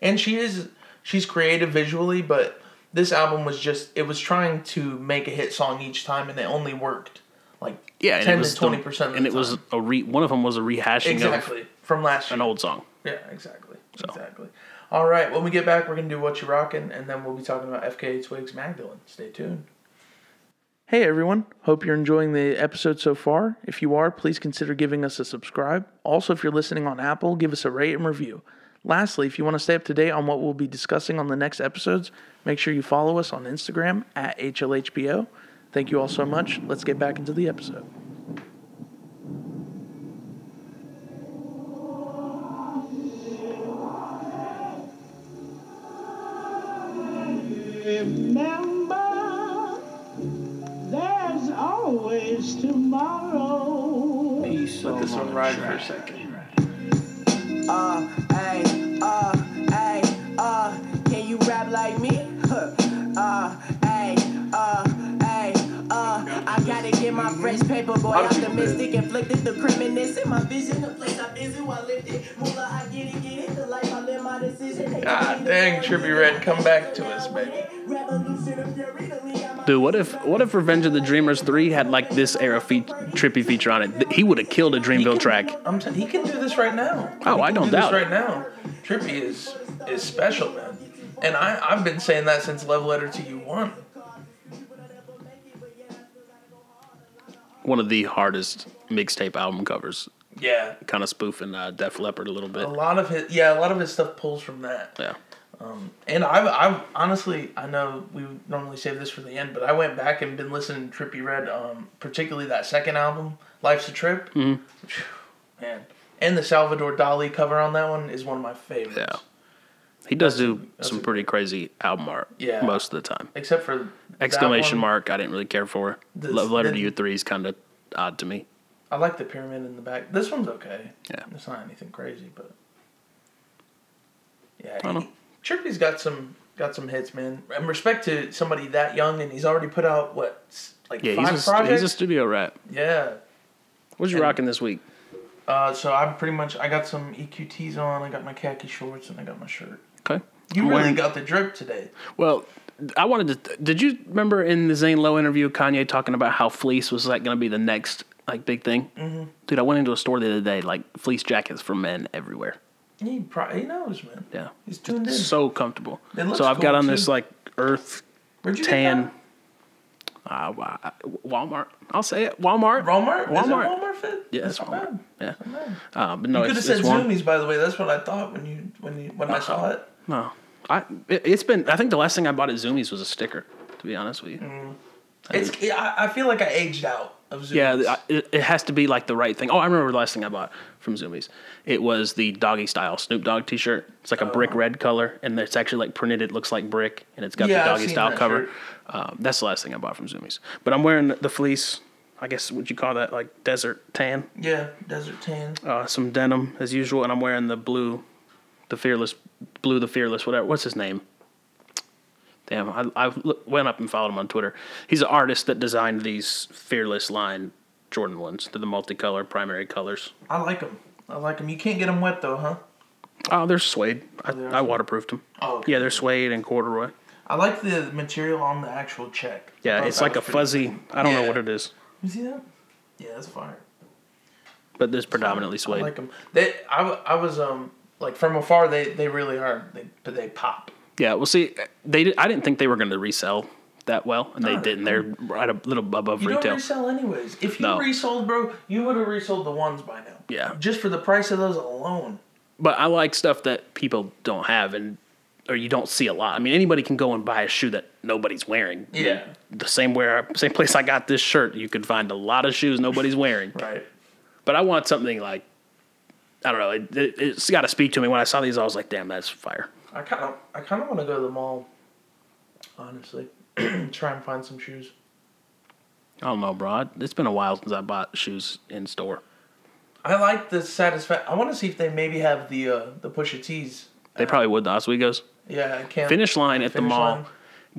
E: and she is she's creative visually, but this album was just it was trying to make a hit song each time, and it only worked like
D: yeah, and it
E: ten
D: was
E: to
D: the-
E: twenty percent.
D: And it was a re, one of them was a rehashing of
E: exactly from last year.
D: an old song.
E: Yeah, exactly. Exactly. All right, when we get back, we're going to do What You Rockin', and then we'll be talking about FKA Twigs Magdalene. Stay tuned. Hey, everyone. Hope you're enjoying the episode so far. If you are, please consider giving us a subscribe. Also, if you're listening on Apple, give us a rate and review. Lastly, if you want to stay up to date on what we'll be discussing on the next episodes, make sure you follow us on Instagram at HLHPO. Thank you all so much. Let's get back into the episode.
G: Remember, there's always tomorrow.
E: Let this one ride for a second.
H: Uh, ay, uh, ay, uh, can you rap like me? Huh. Uh, ay, uh, ay, uh, I gotta get my fresh paper, boy. Optimistic, inflicted the criminous in my vision. The place I visit while lifted. Moolah, I get it, get it. The life I live, my decision.
E: God Ah, dang, Trippie Redd, come back to us, baby.
D: Dude, what if what if Revenge of the Dreamers three had like this era fe- trippy feature on it? Th- He would have killed a Dreamville track.
E: I'm t- he can do this right now.
D: Oh,
E: He
D: I
E: can
D: don't
E: do this
D: doubt it.
E: right now. Trippy is is special, man. And I I've been saying that since Love Letter to You one.
D: One of the hardest mixtape album covers,
E: Yeah.
D: kind of spoofing uh, Def Leppard a little bit.
E: A lot of his yeah, a lot of his stuff pulls from that.
D: Yeah,
E: And I I honestly I know we would normally save this for the end, but I went back and been listening to Trippy Red, um, particularly that second album, Life's a Trip.
D: Mm-hmm.
E: Phew, Man. And the Salvador Dali cover on that one is one of my favorites.
D: yeah. He does do
E: that's
D: some
E: a-
D: pretty crazy album art.
E: Yeah.
D: most of the time.
E: Except for that
D: Exclamation
E: one.
D: mark! I didn't really care for.
E: This-
D: Love letter
E: the-
D: to you three is kind of odd to me.
E: I like the pyramid in the back. This one's okay.
D: Yeah.
E: It's not anything crazy, but yeah.
D: I don't
E: he- Trippy's got some got some hits, man. And respect to somebody that young, and he's already put out what s- like
D: Yeah,
E: five
D: he's a,
E: projects.
D: he's a studio rat.
E: yeah.
D: What you
E: And-
D: rocking this week?
E: Uh, so I'm pretty much I got some EQTs on. I got my khaki shorts and I got my shirt.
D: Okay.
E: You
D: I'm
E: really
D: wearing-
E: got the drip today.
D: Well, I wanted to. Did you remember in the Zane Lowe interview, Kanye talking about how fleece was like going to be the next like big thing? Mm-hmm. Dude, I went into a store the other day, like fleece jackets for men everywhere.
E: He probably he knows, man.
D: Yeah,
E: He's tuned in.
D: so comfortable.
E: It looks
D: So I've got
E: cool,
D: on
E: too.
D: this like earth
E: Where'd you
D: tan.
E: tan.
D: Uh, wa- Walmart. I'll say it. Walmart.
E: Walmart. Is it
D: Walmart.
E: Walmart fit?
D: Yeah, it's
E: That's
D: Walmart.
E: fine.
D: Yeah. Uh, but no,
E: Could have
D: it's,
E: said
D: it's Uh-huh. warm.
E: zoomies, by the way. That's what I thought when you when you when I saw it.
D: No, I. It, it's been. I think the last thing I bought at Zoomies was a sticker. To be honest with you.
E: Mm. It's. I, I feel like I aged out of Zoomies.
D: Yeah, th- I- it, it has to be like the right thing. Oh, I remember the last thing I bought from Zoomies. It was the doggy style Snoop Dogg t shirt. It's like a brick
E: Oh.
D: red color, and it's actually like printed. It looks like brick, and it's got
E: Yeah, I've
D: the doggy
E: seen
D: style
E: that
D: cover.
E: shirt.
D: Um, that's the last thing I bought from Zoomies. But I'm wearing the fleece. I guess would you call that like desert tan?
E: yeah, desert tan.
D: Uh, some denim as usual, and I'm wearing the blue, the fearless blue, the fearless whatever. What's his name? Damn, I, I look- went up and followed him on Twitter. He's an artist that designed these fearless line Jordan ones. They're the multicolor primary colors.
E: I like them. I like them. You can't get them wet though, huh?
D: Oh, they're suede. I,
E: they are
D: I
E: suede?
D: waterproofed them.
E: Oh, okay.
D: Yeah, they're suede and corduroy.
E: I like the material on the actual check. I
D: Yeah,
E: thought
D: it's
E: that
D: like a
E: was pretty-
D: fuzzy. I don't know
E: Yeah.
D: what it is,
E: You see that? Yeah, that's fire.
D: but there's predominantly
E: I
D: suede.
E: like them. They. I, w- I was um like from afar. They they really are. They but they pop.
D: Yeah, well, see, they di- I didn't think they were going to resell that well, and they didn't. They're right a little above
E: You
D: retail.
E: don't resell anyways. If you
D: No.
E: resold, bro, you would have resold the ones by now.
D: Yeah.
E: Just for the price of those alone.
D: but I like stuff that people don't have and or you don't see a lot. I mean, anybody can go and buy a shoe that nobody's wearing.
E: Yeah.
D: The same where same place I got this shirt, you could find a lot of shoes
E: [LAUGHS]
D: nobody's wearing.
E: Right.
D: But I want something like I don't know. It, it, it's got to speak to me. When I saw these, I was like, "Damn, that's fire!"
E: I kind of, I kind of want to go to the mall. Honestly, [CLEARS THROAT] try and find some shoes.
D: I don't know, bro. I- It's been a while since I bought shoes in store.
E: I like the satisfaction. I want to see if they maybe have the uh, the Pusha T's.
D: They probably would. The Oswego's
E: Yeah, I can't
D: finish line at the
E: Uh, Finish
D: mall.
E: Line.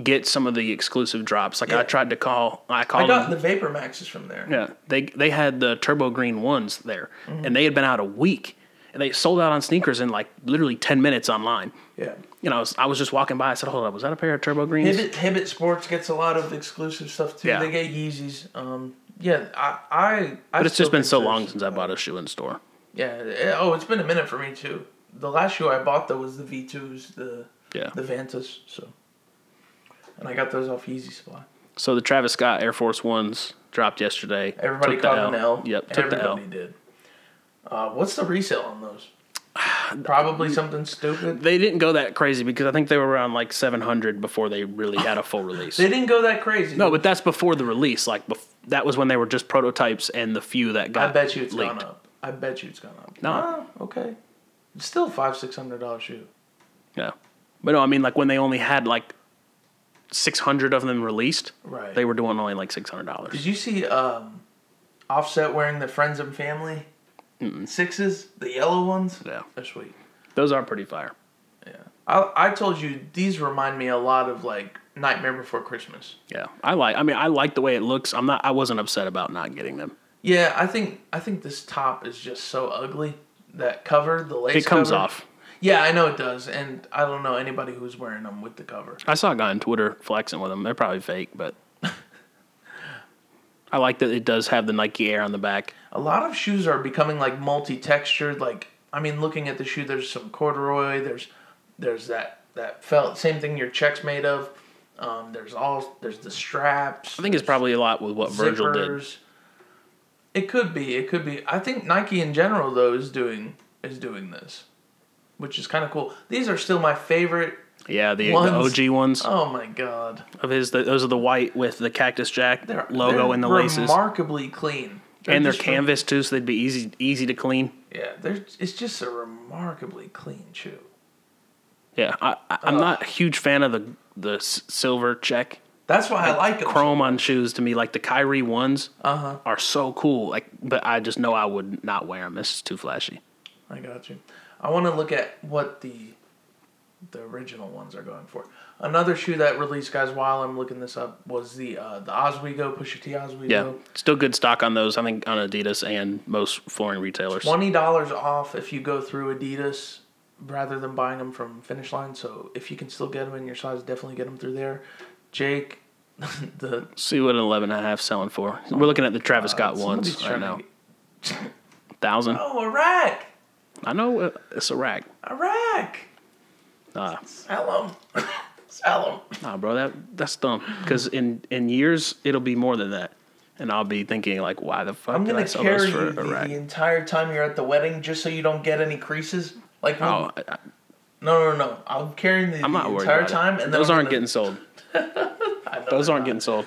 D: Get some of the exclusive drops. Like
E: Yeah.
D: I tried to call. I called.
E: I got
D: them.
E: the Vapor Maxes from there.
D: Yeah, they they had the turbo green ones there,
E: Mm-hmm.
D: and they had been out a week, and they sold out on sneakers in like literally ten minutes online.
E: Yeah.
D: You know, I was, I was just walking by. I said, "Hold up, was that a pair of turbo greens?"
E: Hibbit, Hibbit Sports gets a lot of exclusive stuff too.
D: Yeah.
E: They get Yeezys. Um, yeah, I, I, I
D: but it's
E: still
D: just been
E: think
D: so
E: there's-
D: long since I bought a shoe in store.
E: Yeah. eh, Oh, it's been a minute for me too. The last shoe I bought though was the V twos, the
D: Yeah.
E: the Vantas. So, and I got those off Yeezy Supply.
D: So the Travis Scott Air Force Ones dropped yesterday.
E: Everybody
D: Took the
E: caught an L.
D: Yep, took
E: Everybody
D: the L.
E: did. Uh, what's the resale on
D: [SIGHS]
E: those? Probably something stupid.
D: They didn't go that crazy because I think they were around like seven hundred before they really had
E: [LAUGHS]
D: a full release.
E: They didn't go that crazy.
D: no, but that's before the release. Like bef- that was when they were just prototypes and the few that got.
E: I bet you it's
D: leaked.
E: gone up. I bet you it's gone up.
D: No.
E: Ah, okay. It's Still five six hundred dollar shoe.
D: Yeah. But no, I mean, like when they only had like 600 of them released,
E: Right.
D: they were doing only like
E: Did
D: $600.
E: you see um, Offset wearing the friends and family sixes, the yellow ones?
D: Yeah.
E: they're sweet.
D: Those are pretty fire.
E: I I told you these remind me a lot of like Nightmare Before Christmas.
D: Yeah. I like, I mean, I like the way it looks. I'm not, I wasn't upset about not getting them.
E: Yeah, I think I think this top is just so ugly. That cover, the lace.
D: it comes
E: cover.
D: off.
E: Yeah, I know it does, and I don't know anybody who's wearing them with the cover.
D: I saw a guy on Twitter flexing with them. They're probably fake,
E: [LAUGHS]
D: but I like that it does have the Nike Air on the back.
E: A lot of shoes are becoming like multi-textured. Like I mean, looking at the shoe, there's some corduroy. There's there's that that felt. Same thing your checks made of. Um, there's all there's the straps.
D: I think it's probably a lot with what Virgil did.
E: It could be. It could be. I think Nike in general though is doing is doing this, which is kind of cool. These are still my favorite.
D: Yeah, the,
E: Ones.
D: the OG ones
E: Oh my god,
D: of his. The, those are the white with the Cactus Jack
E: they're
D: logo
E: they're
D: and the laces,
E: Remarkably clean.
D: and they're
E: just re-
D: canvas too, so they'd be easy easy to clean.
E: Yeah, they're, it's just a remarkably clean shoe.
D: Yeah, I, I, I'm not a huge fan of the the s- silver check
E: That's why I like them.
D: chrome on shoes. To me, like the Kyrie ones
E: Uh huh.
D: are so cool. Like, but I just know I would not wear them. It's too flashy.
E: I got you. I want to look at what the the original ones are going for. Another shoe that released, guys, while I'm looking this up, was the uh, the Oswego Pusha T
D: Yeah,
E: Oswego.
D: still good stock on those. I think on Adidas and most flooring retailers.
E: Twenty dollars off if you go through Adidas rather than buying them from Finish Line. So if you can still get them in your size, definitely get them through there. Jake, [LAUGHS] the
D: See what an eleven and a half selling for. We're looking at the Travis Scott
E: somebody's
D: ones
E: trying
D: right
E: to
D: now.
E: get-
D: Thousand.
E: Oh, Iraq,
D: I know uh, it's a rack.
E: Iraq,
D: Nah,
E: sell them, [COUGHS] sell them.
D: nah, bro, that that's dumb. Because in in years it'll be more than that, and I'll be thinking like, why the fuck
E: I'm
D: did
E: gonna
D: I sell those
E: carry you
D: for
E: the,
D: a rack?
E: the entire time you're at the wedding, just so you don't get any creases. Like
D: Oh, I- I-
E: no, no, no. I'm carrying the,
D: I'm
E: the
D: not worried.
E: entire
D: about it.
E: time, and then
D: those
E: I'm
D: aren't
E: gonna-
D: getting sold.
E: [LAUGHS] I know
D: Those
E: they're
D: aren't
E: not.
D: getting sold.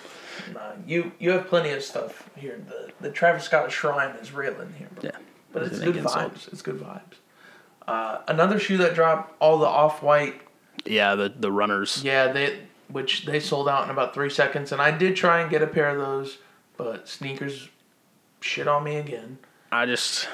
E: Nah, you you have plenty of stuff here. The the Travis Scott shrine is real in here, bro.
D: Yeah,
E: but it's
D: They
E: good
D: getting
E: vibes.
D: sold.
E: It's good vibes. Uh, another shoe that dropped, all the off white.
D: Yeah, the the runners.
E: Yeah, they which they sold out in about three seconds, and I did try and get a pair of those, but sneakers shit on me again.
D: I just,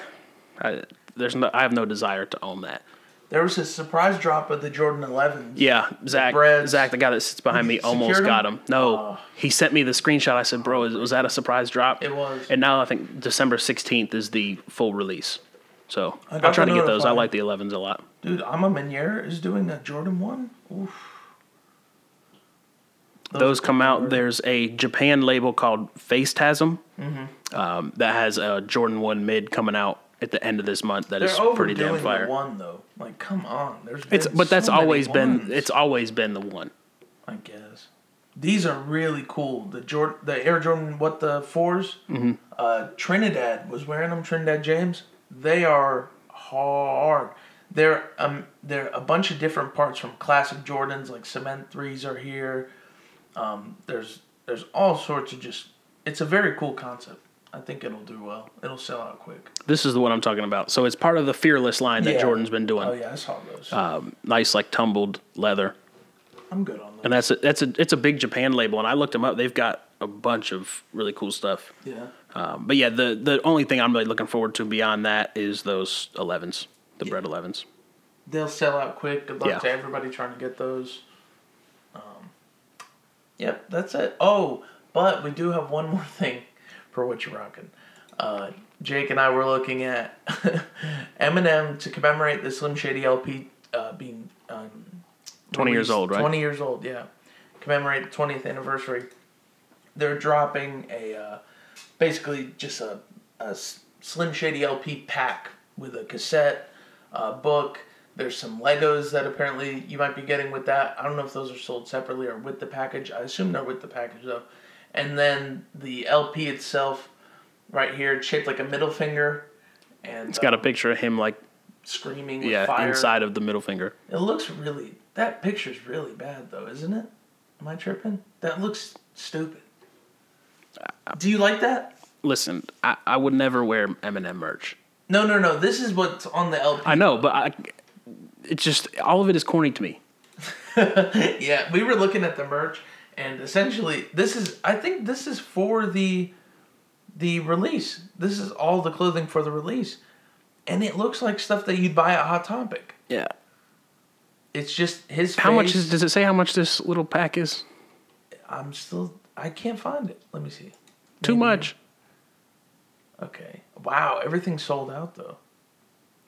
D: I, there's no, I have no desire to own that.
E: There was a surprise drop of the Jordan 11s.
D: Yeah, Zach,
E: breads.
D: Zach, the guy that sits behind me, almost
E: secured 'em?
D: got him. No, he sent me the screenshot. I said, "Bro, is, was that a surprise drop?"
E: It was.
D: And now I think December sixteenth is the full release. So
E: I got
D: I'll try
E: the
D: to get those. I
E: notifier.
D: like the 11s a lot.
E: Dude, Ama Meniere is doing a Jordan one. Oof.
D: Those come out. There's a Japan label called FaceTasm
E: Mm-hmm.
D: um, that has a Jordan One mid coming out at the end of this month. That
E: They're
D: is pretty damn
E: overdoing
D: fire.
E: the one though. Like, come on. There's
D: It's
E: been
D: but that's
E: so many
D: always been
E: ones.
D: it's always been the one.
E: I guess. These are really cool. The Jordan, the Air Jordan, what the 4s
D: Mm-hmm.
E: Uh, Trinidad was wearing them. Trinidad James. They are hard. They're um, they're a bunch of different parts from classic Jordans. Like cement threes are here. Um, there's there's all sorts of just. It's a very cool concept. I think it'll do well. It'll sell out quick.
D: This is the one I'm talking about. So it's part of the fearless line that
E: Yeah.
D: Jordan's been doing.
E: Oh yeah, I saw those.
D: um, nice like tumbled leather,
E: I'm good on those.
D: and that's a, that's a it's a big Japan label. And I looked them up. They've got a bunch of really cool stuff.
E: yeah.
D: Um, but yeah, the the only thing I'm really looking forward to beyond that is those 11s, the bread 11s.
E: they'll sell out quick. Good luck
D: Yeah.
E: to everybody trying to get those. Um, yep, that's it. Oh, but we do have one [LAUGHS] more thing for what you're rocking. Uh, Jake and I were looking at [LAUGHS] Eminem to commemorate the Slim Shady LP uh, being um,
D: 20 years
E: released-
D: old, right?
E: 20 years old, yeah. Commemorate the 20th anniversary. They're dropping a uh, basically just a, a s- Slim Shady LP pack with a cassette, a book. There's some Legos that apparently you might be getting with that. I don't know if those are sold separately or with the package. I assume they're with the package though. And then the LP itself, right here, it's shaped like a middle finger, and uh,
D: It's got a picture of him like
E: screaming with
D: yeah
E: fire.
D: inside of the middle finger.
E: It looks really. That picture's really bad, though, isn't it? Am I tripping? That looks stupid.
D: Uh,
E: Do you like that?
D: Listen, I, I would never wear Eminem merch.
E: No, no, no. This is what's on the LP.
D: I know, but I it's just all of it is corny to me.
E: [LAUGHS] yeah, we were looking at the merch, and essentially, this is. I think this is for the, the release. This is all the clothing for the release, and it looks like stuff that you'd buy at Hot Topic.
D: Yeah.
E: It's just his.
D: How much
E: face-
D: is, does it say? How much this little pack is?
E: I'm still. I can't find it. Let me see.
D: Too
E: Maybe-
D: much.
E: Okay. Wow, everything's sold out though.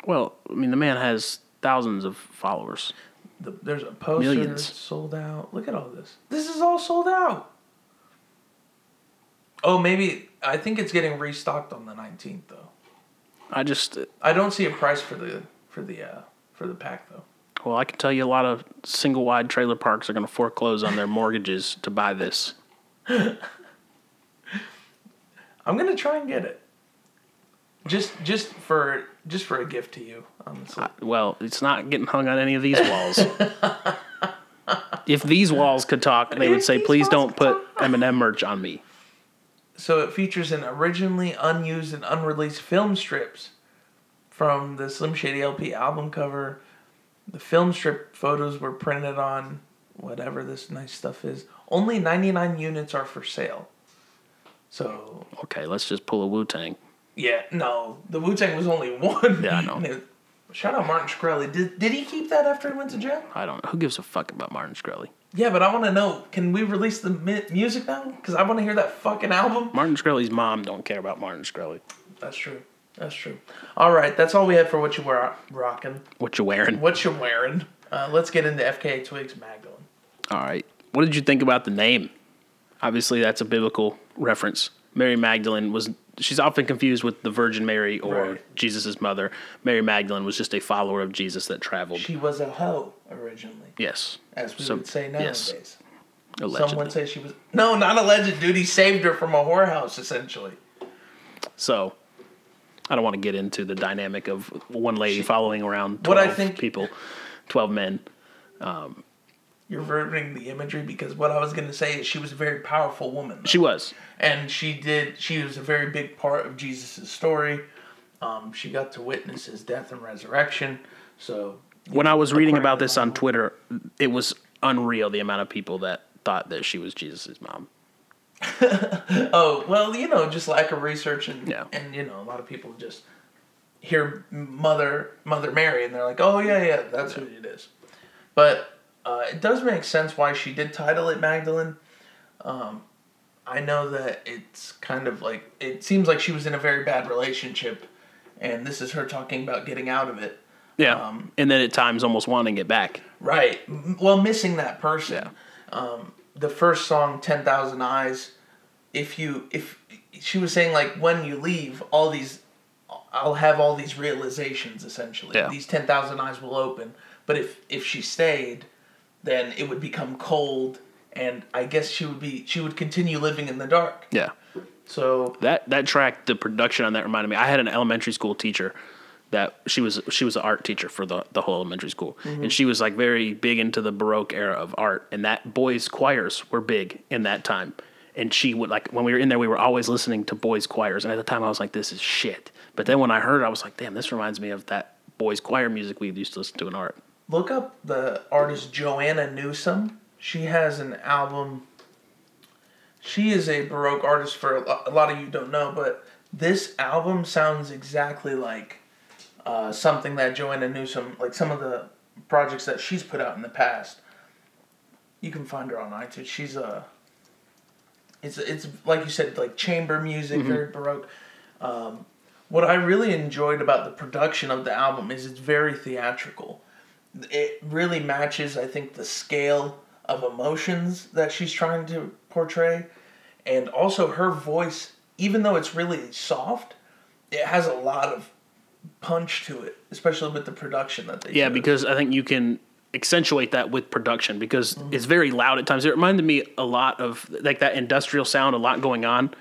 D: Well, I mean, the man has thousands of followers.
E: The, there's a poster
D: Millions.
E: that's sold out. Look at all this. This is all sold out. Oh, maybe I think it's getting restocked on the nineteenth though.
D: I just
E: I don't see a price for the for the uh, for the pack though.
D: well, I can tell you a lot of single wide trailer parks are going to foreclose on their mortgages to buy this.
E: I'm gonna try and get it. Just just for just for a gift to you. Honestly,
D: Uh, Well, it's not getting hung on any of these walls. if these walls could talk, they would
E: If
D: say,
E: these
D: "Please
E: walls
D: don't
E: could
D: put Eminem merch on me."
E: So it features an originally unused and unreleased film strips from the Slim Shady LP album cover. The film strip photos were printed on whatever this nice stuff is. Only 99 units are for sale. So,
D: Okay, let's just pull a Wu Tang.
E: yeah, no, the Wu Tang was only [LAUGHS] one.
D: Yeah, I know.
E: And it- Shout out Martin Shkreli. Did, did he keep that after he went to jail?
D: I don't. Who gives a fuck about Martin Shkreli?
E: Yeah, but I want to know can we release the mi- music now? Because I want to hear that fucking album.
D: Martin Shkreli's mom don't care about Martin Shkreli.
E: That's true. That's true. All right, that's all we had for what you were rocking.
D: What you wearing?
E: What you wearing? Uh, let's get into FKA Twigs Magdalene.
D: All right. What did you think about the name? Obviously, that's a biblical reference. Mary Magdalene was she's often confused with the Virgin Mary or
E: Right.
D: Jesus's mother. Mary Magdalene was just a follower of Jesus that traveled.
E: She was a hoe originally,
D: yes.
E: as we
D: So-
E: would say
D: yes,
E: nowadays.
D: Allegedly.
E: Some would say she was no, not alleged. Dude, he saved her from a whorehouse essentially.
D: So I don't want to get into the dynamic of one lady following around
E: What
D: 12
E: I think-
D: people, 12 men.
E: You're ruining the imagery because what I was gonna say is she was a very powerful woman. though.
D: She was.
E: and she did. She was a very big part of Jesus' story. Um, she got to witness his death and resurrection. So
D: When I was reading about this on Twitter, it was unreal the amount of people that thought that she was Jesus's mom.
E: [LAUGHS] Oh well, you know, just lack of research and
D: Yeah.
E: and you know, a lot of people just hear mother Mother Mary and they're like, oh yeah, yeah, that's who it is. But uh, it does make sense why she did title it Magdalene. Um, I know that it's kind of like it seems like she was in a very bad relationship, and this is her talking about getting out of it.
D: Yeah.
E: Um,
D: and then at times almost wanting it back.
E: Right. M- Well, missing that person.
D: Yeah.
E: Um, the first song, Ten Thousand Eyes. If you, if she was saying like, when you leave, all these, I'll have all these realizations. Essentially,
D: Yeah.
E: these ten thousand eyes will open. But if if she stayed, then it would become cold and I guess she would be she would continue living in the dark.
D: Yeah.
E: So
D: That that track, the production on that reminded me. I had an elementary school teacher that she was she was an art teacher for the, the whole elementary school, and she was like very big into the Baroque era of art, and that boys choirs were big in that time. And she would like when we were in there, we were always listening to boys choirs, and at the time I was like, this is shit. But then when I heard, it, I was like, damn, this reminds me of that boys choir music we used to listen to in art.
E: look up the artist Joanna Newsom. She has an album. She is a Baroque artist for a lo- a lot of you don't know, but this album sounds exactly like uh, something that Joanna Newsom, like some of the projects that she's put out in the past. You can find her on iTunes. She's a. It's it's like you said, like chamber music, very baroque. Um, what I really enjoyed about the production of the album is it's very theatrical it really matches i think the scale of emotions that she's trying to portray and also her voice even though it's really soft it has a lot of punch to it especially with the production that they
D: Yeah,
E: do.
D: because I think you can accentuate that with production because
E: Mm-hmm.
D: it's very loud at times. It reminded me a lot of like that industrial sound, a lot going on.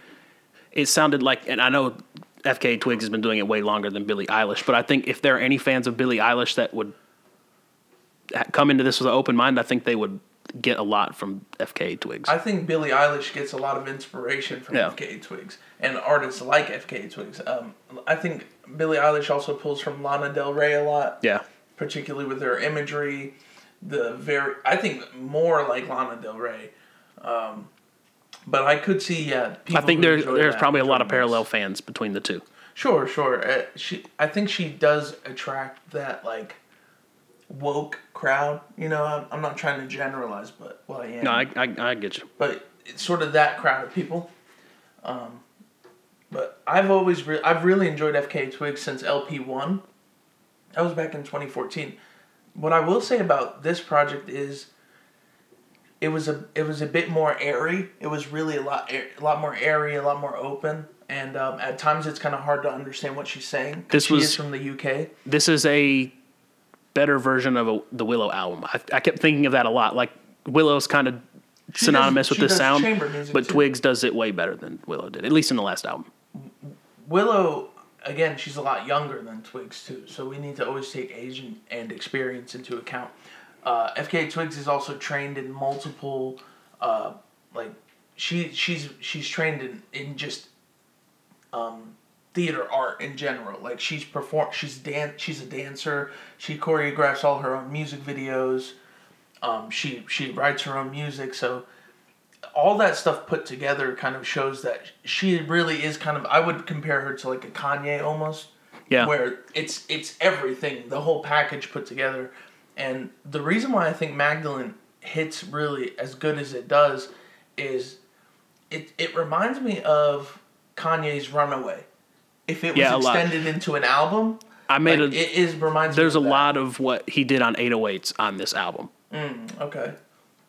D: It sounded like, and I know FK Twigs has been doing it way longer than Billie Eilish, but I think if there are any fans of Billie Eilish that would ha- come into this with an open mind, I think they would get a lot from FK Twigs.
E: i think billie eilish gets a lot of inspiration from
D: Yeah.
E: fka twigs and artists like fka twigs um, i think billie eilish also pulls from lana del rey a lot
D: yeah,
E: particularly with her imagery, the very I think more like Lana Del Rey. Um, but I could see yeah.
D: I
E: people
D: think
E: who
D: there,
E: enjoy
D: there's
E: that
D: probably a lot of
E: enjoy this.
D: parallel fans between the two.
E: Sure, sure. Uh, she I think she does attract that like woke crowd. You know, I'm, I'm not trying to generalize, but well, I am.
D: No, I, I, I get you.
E: but it's sort of that crowd of people. Um, but I've always re- I've really enjoyed FK Twigs since LP one. That was back in 2014. What I will say about this project is, it was a it was a bit more airy. It was really a lot air, a lot more airy, a lot more open, and um, at times it's kind of hard to understand what she's saying. 'cause
D: This
E: she
D: was-
E: is from the UK.
D: this is a better version of a, the Willow album. I, I kept thinking of that a lot. Like Willow's kind of synonymous
E: does- she
D: with this
E: does
D: sound,
E: chamber music
D: but
E: too.
D: Twigs does it way better than Willow did, at least in the last album.
E: Willow, again, she's a lot younger than Twigs too, so we need to always take age and, and experience into account. Uh, FKA Twigs is also trained in multiple, uh, like she she's she's trained in in just um, theater art in general. Like she's perform, she's dan- she's a dancer. She choreographs all her own music videos. Um, she she writes her own music, so all that stuff put together kind of shows that she really is kind of I would compare her to like a Kanye almost.
D: Yeah.
E: Where it's it's everything, the whole package put together. And the reason why I think Magdalene hits really as good as it does is it it reminds me of Kanye's Runaway. If it was
D: Yeah, a lot.
E: extended into an album,
D: I made
E: like,
D: a.
E: it is reminds
D: there's a
E: me of that.
D: lot of what he did on 808s on this album,
E: Okay.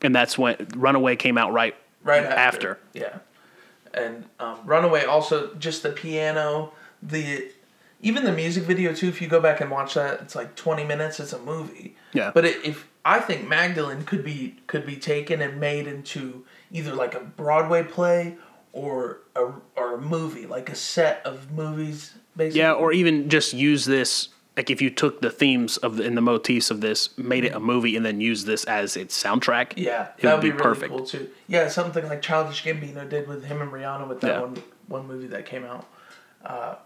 D: and that's when Runaway came out right
E: right
D: after.
E: after. Yeah, and um, Runaway also just the piano, the even the music video too. If you go back and watch that, it's like twenty minutes. It's a movie.
D: Yeah.
E: But it, if I think Magdalene could be could be taken and made into either like a Broadway play or a or a movie, like a set of movies. Basically.
D: Yeah, or even just use this. Like if you took the themes of the, and the motifs of this, made it a movie, and then used this as its soundtrack,
E: Yeah, that
D: it would
E: would
D: be,
E: be, really
D: perfect.
E: cool too. Yeah, something like Childish Gambino did with him and Rihanna with that
D: Yeah.
E: one one movie that came out. Uh,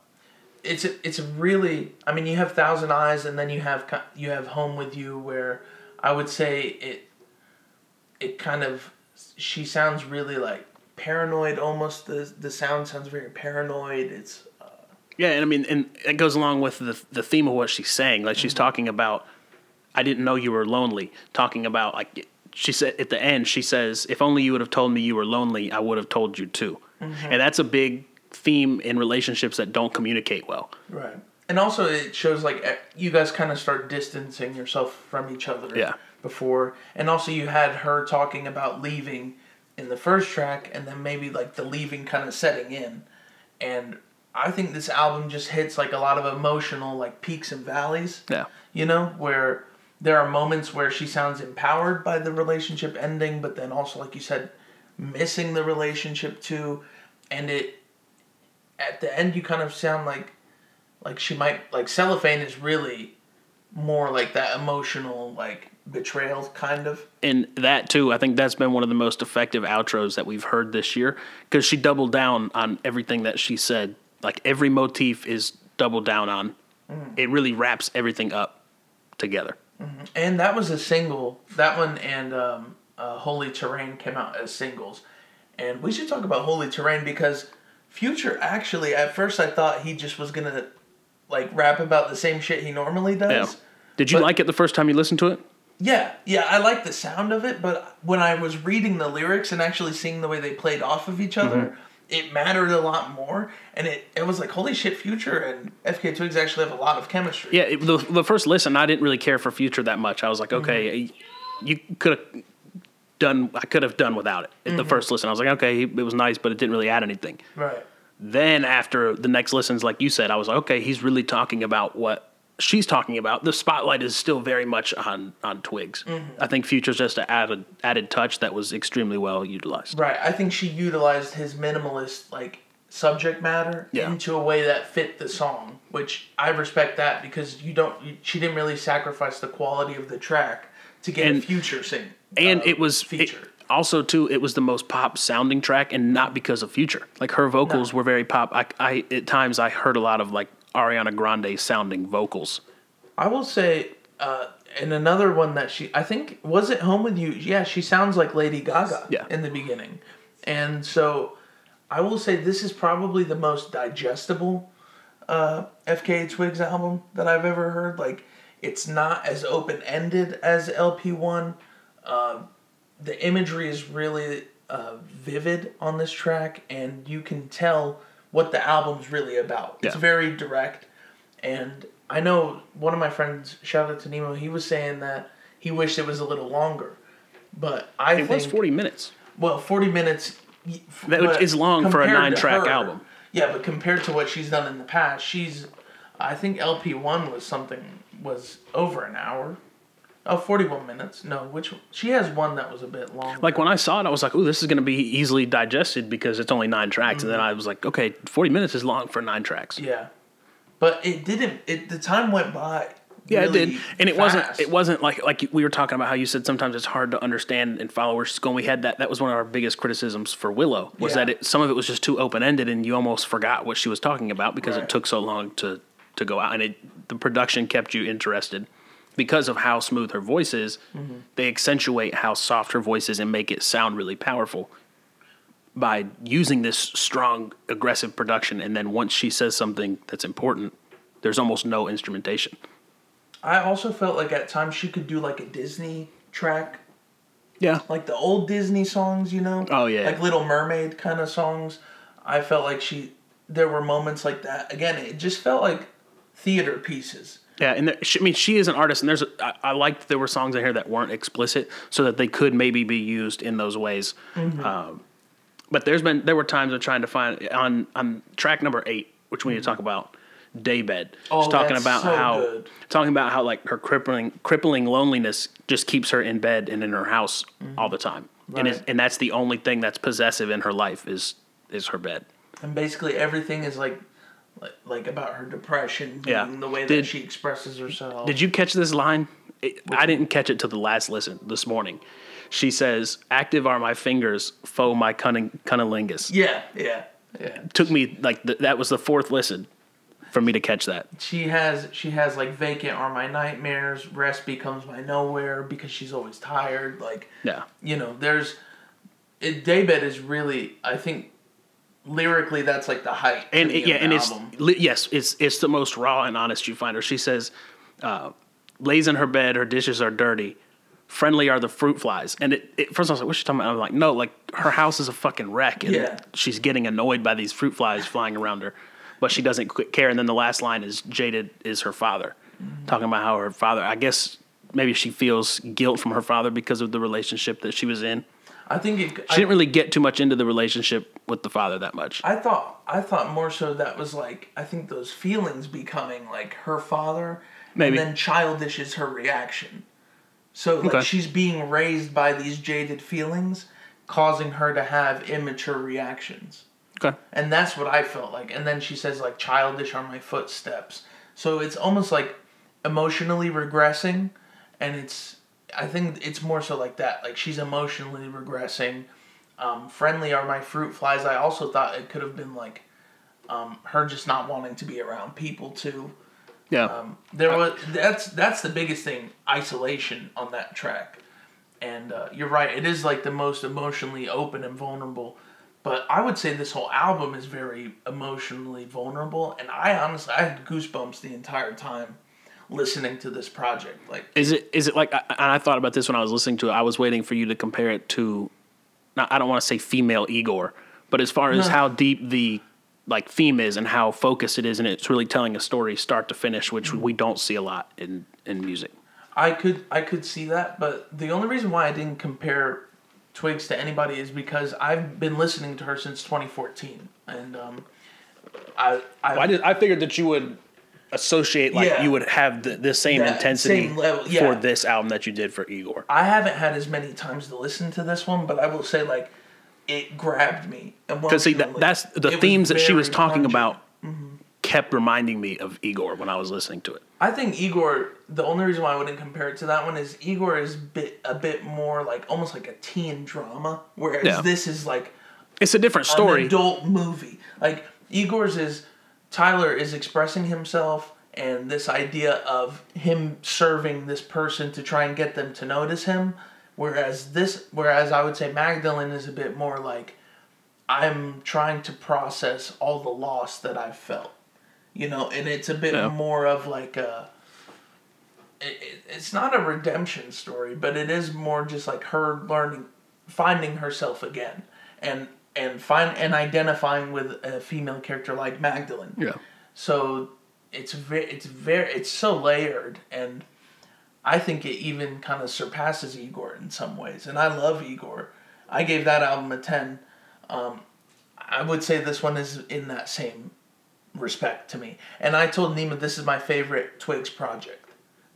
E: it's a, it's a really I mean you have Thousand Eyes and then you have co- you have Home with You where I would say it it kind of she sounds really like paranoid almost the the sound sounds very paranoid it's
D: Yeah, and I mean, and it goes along with the the theme of what she's saying. Like she's talking about, I didn't know you were lonely. Talking about like she said at the end, she says, "If only you would have told me you were lonely, I would have told you too." And that's a big theme in relationships that don't communicate well.
E: right and also it shows like eh, you guys kind of start distancing yourself from each other
D: Yeah.
E: before and also you had her talking about leaving in the first track and then maybe like the leaving kind of setting in and i think this album just hits like a lot of emotional like peaks and valleys
D: Yeah.
E: you know where there are moments where she sounds empowered by the relationship ending, but then also, like you said, missing the relationship too. And it, at the end, you kind of sound like, like she might, like cellophane is really more like that emotional, like betrayal kind of.
D: and that too i think that's been one of the most effective outros that we've heard this year because she doubled down on everything that she said like every motif is doubled down on it really wraps everything up together
E: And that was a single. That one and um, uh, Holy Terrain came out as singles. And we should talk about Holy Terrain because Future actually, at first I thought he just was going to like rap about the same shit he normally
D: yeah.
E: does.
D: did you
E: But-
D: like it the first time you listened to it
E: Yeah, yeah, I like the sound of it, but when I was reading the lyrics and actually seeing the way they played off of each other,
D: Mm-hmm.
E: it mattered a lot more. And it, it was like, holy shit, Future and FK Twigs actually have a lot of chemistry.
D: yeah it, the, the first listen i didn't really care for future that much i was like okay you could have done i could have done without it at the first listen i was like okay it was nice but it didn't really add anything
E: Right.
D: then after the next listens like you said i was like okay he's really talking about what she's talking about the spotlight is still very much on on twigs i think future's just an added added touch that was extremely well utilized
E: Right. I think she utilized his minimalist like subject matter
D: Yeah.
E: into a way that fit the song, which I respect that because you don't. You, she didn't really sacrifice the quality of the track to get a
D: And-
E: future sing.
D: and
E: uh,
D: it was it-
E: feature.
D: also too it was the most pop sounding track and not because of future like her vocals
E: No.
D: were very pop I, I at times i heard a lot of like ariana grande sounding vocals
E: I will say, uh, and another one that she, I think, was it Home with You? Yeah, she sounds like Lady Gaga
D: Yeah.
E: in the beginning, and so I will say this is probably the most digestible uh, FKA Twigs album that I've ever heard. Like, it's not as open ended as LP one. Uh, the imagery is really uh, vivid on this track, and you can tell what the album's really about. It's
D: Yeah.
E: very direct. And I know one of my friends, shout out to Nemo, he was saying that he wished it was a little longer. But I
D: it
E: think
D: was 40 minutes
E: well, forty minutes. y- f-
D: That which
E: but
D: is long for a
E: compared to
D: nine-track album.
E: Yeah, but compared to what she's done in the past, she's. I think LP one was something was over an hour. Oh, 41 minutes. No, which she has one that was a bit long.
D: like when i saw it i was like oh this is going to be easily digested because it's only nine tracks and then i was like okay 40 minutes is long for nine tracks
E: yeah, but it didn't. It the time went by.
D: Yeah, it
E: really
D: did, and it
E: fast.
D: wasn't. It wasn't like like we were talking about how you said sometimes it's hard to understand and follow where she's going. We had that. That was one of our biggest criticisms for Willow was
E: Yeah.
D: that it, some of it was just too open ended, and you almost forgot what she was talking about because
E: Right.
D: it took so long to to go out, and it, the production kept you interested because of how smooth her voice is.
E: Mm-hmm.
D: They accentuate how soft her voice is and make it sound really powerful by using this strong, aggressive production. And then once she says something that's important, there's almost no instrumentation.
E: I also felt like at times she could do like a Disney track
D: Yeah,
E: like the old Disney songs, you know.
D: Oh, yeah.
E: Like Little Mermaid kind of songs. I felt like she there were moments like that. Again, it just felt like theater pieces.
D: Yeah, and there, she, I mean, she is an artist, and there's. A, I, I liked there were songs in here that weren't explicit, so that they could maybe be used in those ways.
E: Mm-hmm.
D: Um, but there's been there were times of trying to find on on track number eight, which we need to talk about, Daybed.
E: Mm-hmm. Oh,
D: She's talking
E: that's
D: about
E: so
D: how
E: good.
D: talking about how like her crippling crippling loneliness just keeps her in bed and in her house all the time, and it's,
E: Mm-hmm. Right.
D: and that's the only thing that's possessive in her life is is her bed.
E: And basically everything is like like, like about her depression
D: Yeah.
E: being the way that
D: Did-
E: she expresses herself.
D: Did you catch this line? It, I didn't catch it till the last listen this morning. She says, "Active are my fingers, foe my cunning, cunnilingus."
E: Yeah, yeah. Yeah.
D: Took me like th- that was the fourth listen for me to catch that.
E: She has she has like vacant are my nightmares, rest becomes my nowhere because she's always tired, like
D: Yeah,
E: you know, there's it, Daybed is really I think lyrically that's like the height. for
D: and
E: me
D: it,
E: of
D: yeah,
E: the
D: and
E: album.
D: it's li- yes, it's it's the most raw and honest you find her. She says, uh, "Lays in her bed, her dishes are dirty." Friendly are the fruit flies, and it, it first I was like, "What's she talking about?" I'm like, "No, like her house is a fucking wreck, and
E: Yeah.
D: she's getting annoyed by these fruit flies flying around her, but she doesn't qu- care." And then the last line is, "Jaded is her father," talking about how her father. I guess maybe she feels guilt from her father because of the relationship that she was in.
E: I think it,
D: She
E: I,
D: didn't really get too much into the relationship with the father that much.
E: I thought I thought more so that was like I think those feelings becoming like her father,
D: Maybe.
E: and then childish is her reaction. So like
D: Okay.
E: she's being raised by these jaded feelings, causing her to have immature reactions.
D: Okay.
E: And that's what I felt like. And then she says like childish are my footsteps. So it's almost like emotionally regressing and it's I think it's more so like that. Like she's emotionally regressing. Um, friendly are my fruit flies. I also thought it could have been like um, her just not wanting to be around people too.
D: Yeah.
E: Um, There was that's that's the biggest thing isolation on that track, and uh, you're right. It is like the most emotionally open and vulnerable. But I would say this whole album is very emotionally vulnerable, and I honestly I had goosebumps the entire time listening to this project. Like
D: Is it is it like? I- And I thought about this when I was listening to it. I was waiting for you to compare it to. Now, I don't want to say female Igor, but as far as
E: No.
D: how deep the like theme is and how focused it is, and it's really telling a story start to finish, which we don't see a lot in in music.
E: I could I could see that, but the only reason why I didn't compare Twigs to anybody is because I've been listening to her since 2014, and um, I I,
D: I did, I figured that you would associate like
E: Yeah.
D: you would have the, the same
E: That
D: intensity
E: same level, yeah.
D: for this album that you did for Igor.
E: I haven't had as many times to listen to this one, but I will say like it grabbed me.
D: Because see, that,
E: emotionally.
D: that's the
E: It was
D: themes that she
E: very Mm-hmm.
D: was talking
E: pungent.
D: about kept reminding me of Igor when I was listening to it.
E: I think Igor. The only reason why I wouldn't compare it to that one is Igor is bit a bit more like almost like a teen drama, whereas
D: Yeah.
E: this is like
D: It's a different
E: an
D: story.
E: adult movie. Like Igor's is Tyler is expressing himself and this idea of him serving this person to try and get them to notice him. Whereas this whereas I would say Magdalene is a bit more like I'm trying to process all the loss that I've felt. You know, and it's a bit
D: Yeah.
E: more of like a it, it- it's not a redemption story, but it is more just like her learning, finding herself again, and and find and identifying with a female character like Magdalene.
D: Yeah.
E: So it's very, it's very, it's so layered, and I think it even kind of surpasses Igor in some ways. And I love Igor. I gave that album a ten. Um, I would say this one is in that same respect to me. And I told Nima this is my favorite Twigs project.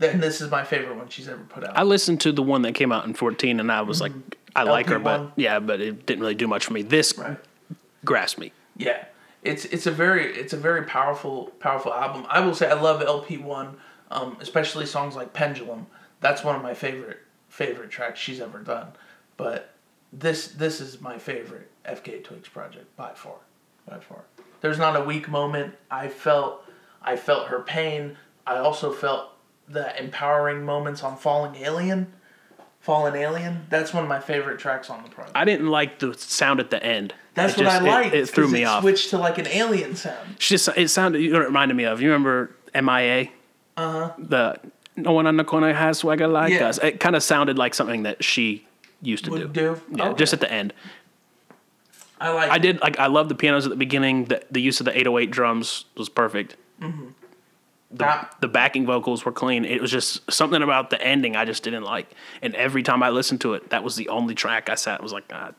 E: Then this is my favorite one she's ever put out.
D: I listened to the one that came out in 14 and I was like, I like her,
E: LP1.
D: but yeah, but it didn't really do much for me. This
E: Mm-hmm. right.
D: grasped me.
E: Yeah, it's it's a very it's a very powerful powerful album. I will say I love LP one, um, especially songs like Pendulum. That's one of my favorite favorite tracks she's ever done. But this this is my favorite FK Twigs project by far, by far. There's not a weak moment. I felt I felt her pain. I also felt the empowering moments on Falling Alien. Fallen Alien. That's one of my favorite tracks on the project.
D: I didn't like the sound at the end.
E: That's
D: It
E: what
D: just-
E: I
D: it-
E: liked.
D: It, threw
E: 'cause
D: me
E: it
D: off.
E: Switched to like an alien sound.
D: It's just it sounded. You know, what it reminded me of. You remember MIA? Uh huh. The no one on the corner has swagger like
E: Uh-huh. Yeah.
D: us. It kind of sounded like something that she used to
E: Would
D: do.
E: do?
D: Yeah,
E: Okay.
D: just at the end.
E: I like.
D: I did like I love the pianos at the beginning. The, the use of the 808 drums was perfect.
E: Mm-hmm. that.
D: The backing vocals were clean. It was just something about the ending I just didn't like. And every time I listened to it, that was the only track I sat was like, ah,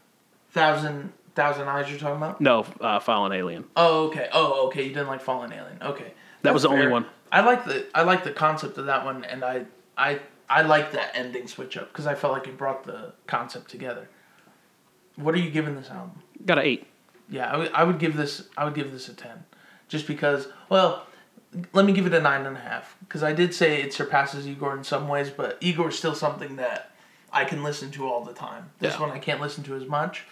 E: Thousand Thousand Eyes. You're talking about?
D: no, uh, Fallen Alien.
E: Oh, okay. Oh, okay. You didn't like Fallen Alien. Okay.
D: That was
E: That's
D: the only
E: fair.
D: one.
E: I like the I like the concept of that one, and I I I like that ending switch up because I felt like it brought the concept together. What are you giving this album?
D: Got an eight.
E: Yeah, I would- I would give this. I would give this a ten, just because. Well, let me give it a nine and a half because I did say it surpasses Igor in some ways, but Igor's still something that I can listen to all the time. This
D: Yeah.
E: one I can't listen to as much.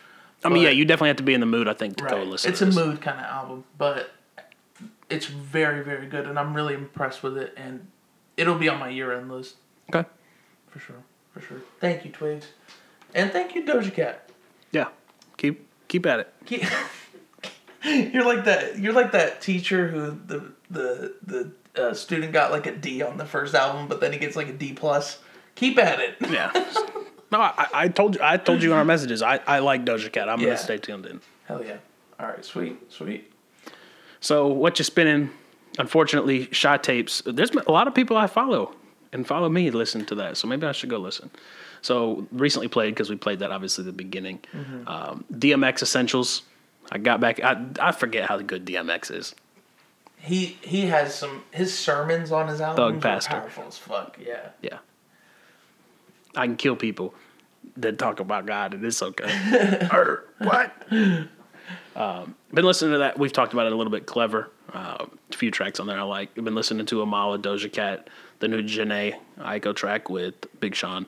D: I mean,
E: But-
D: yeah, you definitely have to be in the mood, I think, to go listen.
E: It's
D: to
E: a
D: this.
E: mood kind of album, but it's very very good, and I'm really impressed with it. And it'll be on my year end list
D: Okay.
E: for sure. For sure. Thank you, Twigs, and thank you, Doja Cat.
D: Yeah. Keep keep at it.
E: Ke- [LAUGHS] you're like that. You're like that teacher who the the the uh, student got like a D on the first album, but then he gets like a D plus. Keep at it. [LAUGHS]
D: Yeah. [LAUGHS] No, I, I told you. I told you in our messages. I, I like Doja Cat. I'm
E: Yeah.
D: gonna stay tuned in.
E: Hell yeah! All right, sweet, sweet.
D: So what you spinning? Unfortunately, shot tapes. There's a lot of people I follow and follow me listen to that. So maybe I should go listen. So recently played because we played that obviously at the beginning. Um, DMX Essentials. I got back. I I forget how good DMX is.
E: He he has some his sermons on his album.
D: Pastor.
E: powerful as fuck. Yeah.
D: Yeah. I can kill people that talk about God, and it's okay.
E: [LAUGHS]
D: Er, what? Um, been listening to that. We've talked about it a little bit. Clever. Uh, a few tracks on there I like. I've been listening to Amala, Doja Cat, the new Janae Aiko track with Big Sean.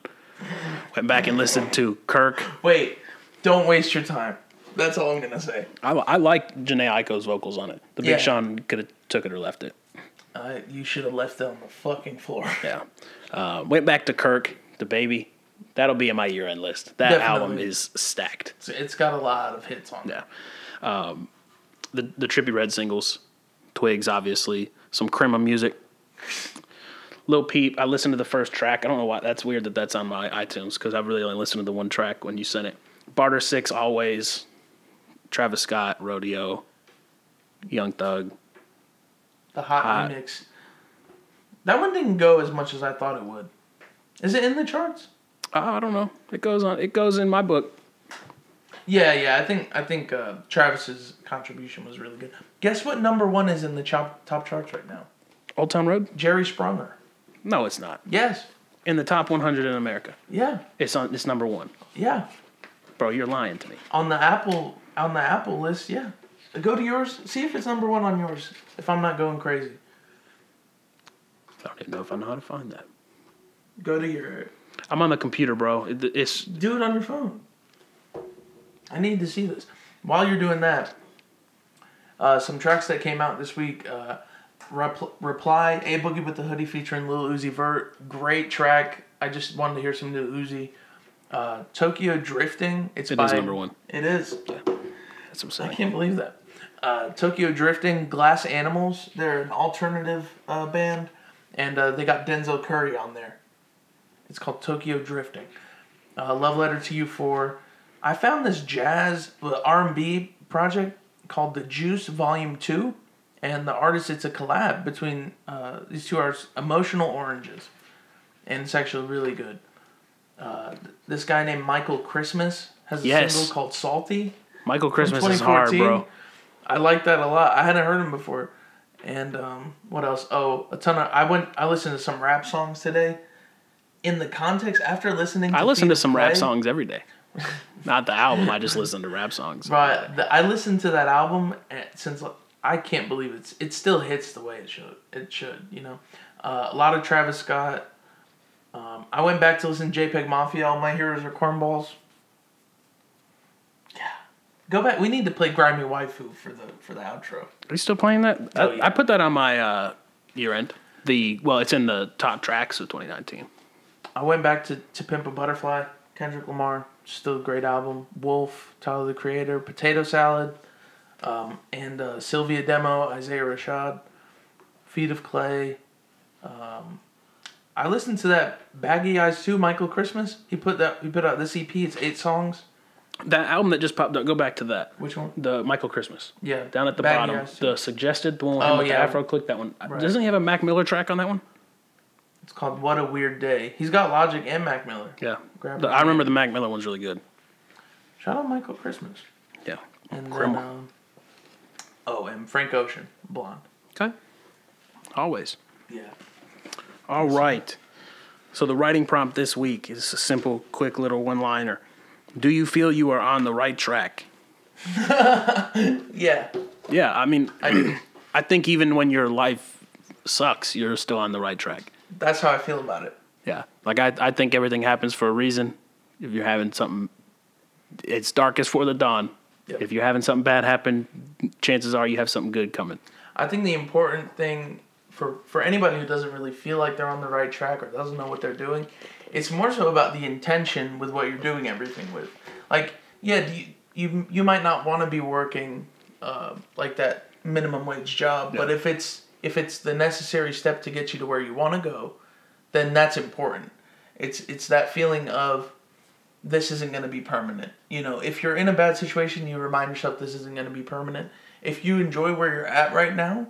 D: Went back and listened to Kirk.
E: Wait, don't waste your time. That's all I'm gonna say.
D: I, I like Janae Aiko's vocals on it. The Big
E: Yeah.
D: Sean could have took it or left it.
E: Uh, you should have left that on the fucking [LAUGHS] floor.
D: Yeah. Uh, went back to Kirk, the baby. That'll be in my year end list. That
E: Definitely.
D: album is stacked.
E: So it's got a lot of hits on it.
D: Yeah. Um, the the Trippy Red singles, Twigs, obviously, some Crema music. Lil Peep, I listened to the first track. I don't know why. That's weird that that's on my iTunes because I've really only listened to the one track when you sent it. Barter Six, Always, Travis Scott, Rodeo, Young Thug.
E: The hot
D: Hot.
E: remix. That one didn't go as much as I thought it would. Is it in the charts?
D: Ah, I don't know. It goes on. It goes in my book.
E: Yeah, yeah. I think I think uh, Travis's contribution was really good. Guess what? Number one is in the chop, top charts right now.
D: Old Town Road?
E: Jerry Spronger.
D: No, it's not.
E: Yes.
D: In the top 100 in America.
E: Yeah.
D: It's on. It's number one,
E: Yeah.
D: bro. You're lying to me.
E: On the Apple on the Apple list. Yeah. Go to yours. See if it's number one on yours. If I'm not going crazy.
D: I don't even know if I know how to find that.
E: Go to your.
D: I'm on the computer, bro. It- It's
E: Do it on your phone. I need to see this. While you're doing that, uh, some tracks that came out this week. Uh, Repl- Reply, A Boogie with the Hoodie featuring Lil Uzi Vert. Great track. I just wanted to hear some new Uzi. Uh, Tokyo Drifting. It's
D: It
E: by,
D: is number one.
E: It is.
D: that's what
E: I
D: I'm saying.
E: can't believe that. Uh, Tokyo Drifting, Glass Animals. They're an alternative uh, band, and uh, they got Denzel Curry on there. It's called Tokyo Drifting. Uh, Love letter to you for. I found this jazz uh, R&B project called The Juice Volume Two, and the artist. It's a collab between uh, these two artists, Emotional Oranges, and it's actually really good. Uh, th- this guy named Michael Christmas has a
D: Yes.
E: single called Salty.
D: Michael Christmas is hard, bro.
E: 2014. I like that a lot. I hadn't heard him before. And um, what else? Oh, a ton of. I went. I listened to some rap songs today. In the context, after listening, to
D: I listen to
E: Feet
D: some rap
E: Play,
D: songs every day. Not the album. I just listen to rap songs.
E: But the, I listened to that album and since like, I can't believe it's it still hits the way it should. It should, you know. Uh, a lot of Travis Scott. Um, I went back to listen to JPEG Mafia. All my heroes are cornballs. Yeah, go back. We need to play Grimy Waifu for the for the outro.
D: Are you still playing that? I,
E: Oh, yeah.
D: I put that on my uh, year end. The well, it's in the top tracks of 2019.
E: I went back to, to Pimp a Butterfly, Kendrick Lamar, still a great album. Wolf, Tyler the Creator, Potato Salad, um, and uh, Sylvia Demo, Isaiah Rashad, Feet of Clay. Um, I listened to that Baggy Eyes too, Michael Christmas. He put that he put out this EP. It's eight songs.
D: That album that just popped up. Go back to that.
E: Which one?
D: The Michael Christmas.
E: Yeah,
D: Down at the
E: Baggy
D: bottom,
E: Eyes 2.
D: the suggested, the one with him
E: Oh,
D: with the
E: yeah.
D: Afro click. That one. Uh,
E: Right.
D: Doesn't he have a Mac Miller track on that one?
E: It's called What a Weird Day. He's got Logic and Mac Miller.
D: Yeah.
E: Grab
D: The-
E: it.
D: I remember the Mac Miller one's really good.
E: Shout out Michael Christmas.
D: Yeah.
E: And then,
D: Grandma.
E: um, oh, and Frank Ocean, Blonde.
D: Okay. Always.
E: Yeah.
D: All right. So the writing prompt this week is a simple, quick little one liner. Do you feel you are on the right track?
E: Yeah.
D: Yeah, I mean,
E: I do.
D: I think even when your life sucks, you're still on the right track.
E: That's how I feel about it.
D: Yeah. Like, I, I think everything happens for a reason. If you're having something, it's darkest for the dawn.
E: Yep.
D: If you're having something bad happen, chances are you have something good coming.
E: I think the important thing for for anybody who doesn't really feel like they're on the right track or doesn't know what they're doing, it's more so about the intention with what you're doing everything with. Like, yeah, do you you, you might not want to be working uh, like that minimum wage job, but if it's if it's the necessary step to get you to where you want to go, then that's important. It's it's that feeling of this isn't going to be permanent. You know, if you're in a bad situation, you remind yourself this isn't going to be permanent. If you enjoy where you're at right now,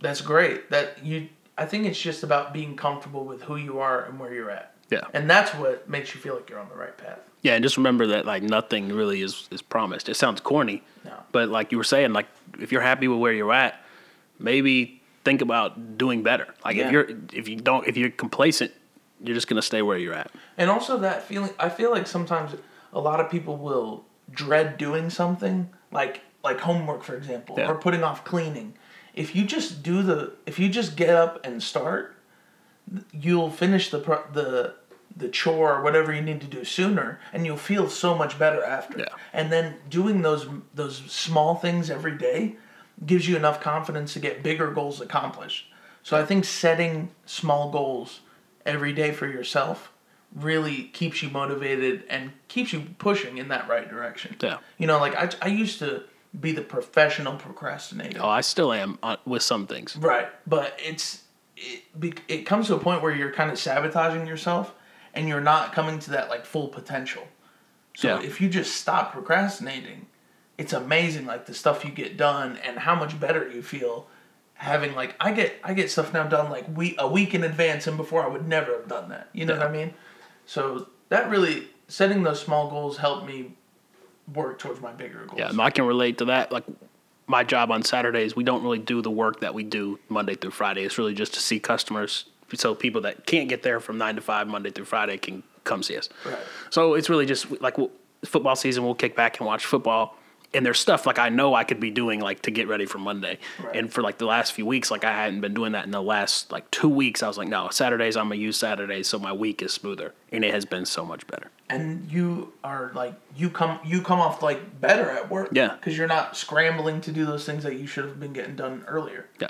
E: that's great. That you I think it's just about being comfortable with who you are and where you're at.
D: Yeah.
E: And that's what makes you feel like you're on the right path.
D: Yeah, and just remember that like nothing really is is promised. It sounds corny,
E: No.
D: but like you were saying, like if you're happy with where you're at, maybe think about doing better. Like
E: Yeah.
D: if you're if you don't if you're complacent, You're just gonna stay where you're at.
E: And also that feeling I feel like sometimes a lot of people will dread doing something like like homework for example
D: Yeah.
E: or putting off cleaning. If you just do the if you just get up and start you'll finish the pro- the the chore or whatever you need to do sooner and you'll feel so much better after.
D: Yeah.
E: And then doing those those small things every day gives you enough confidence to get bigger goals accomplished. So I think setting small goals every day for yourself really keeps you motivated and keeps you pushing in that right direction.
D: Yeah.
E: You know, like I, I used to be the professional procrastinator.
D: Oh, I still am uh, with some things.
E: Right, but it's it, be- it comes to a point where you're kind of sabotaging yourself and you're not coming to that like full potential. So
D: Yeah.
E: if you just stop procrastinating, it's amazing like the stuff you get done and how much better you feel having like I get I get stuff now done like we a week in advance and before I would never have done that. You know what I mean? So that really setting those small goals helped me work towards my bigger goals.
D: Yeah, I can relate to that. Like my job on Saturdays, we don't really do the work that we do Monday through Friday. It's really just to see customers, so people that can't get there from nine to five Monday through Friday can come see us.
E: Right.
D: So it's really just like we'll, football season. We'll kick back and watch football. And there's stuff like I know I could be doing like to get ready for Monday.
E: Right.
D: And for like the last few weeks, like I hadn't been doing that in the last like two weeks. I was like, no, Saturdays I'm gonna use Saturdays so my week is smoother, and it has been so much better.
E: and you are like you come you come off like better at work
D: Yeah.
E: because you're not scrambling to do those things that you should have been getting done earlier
D: Yeah.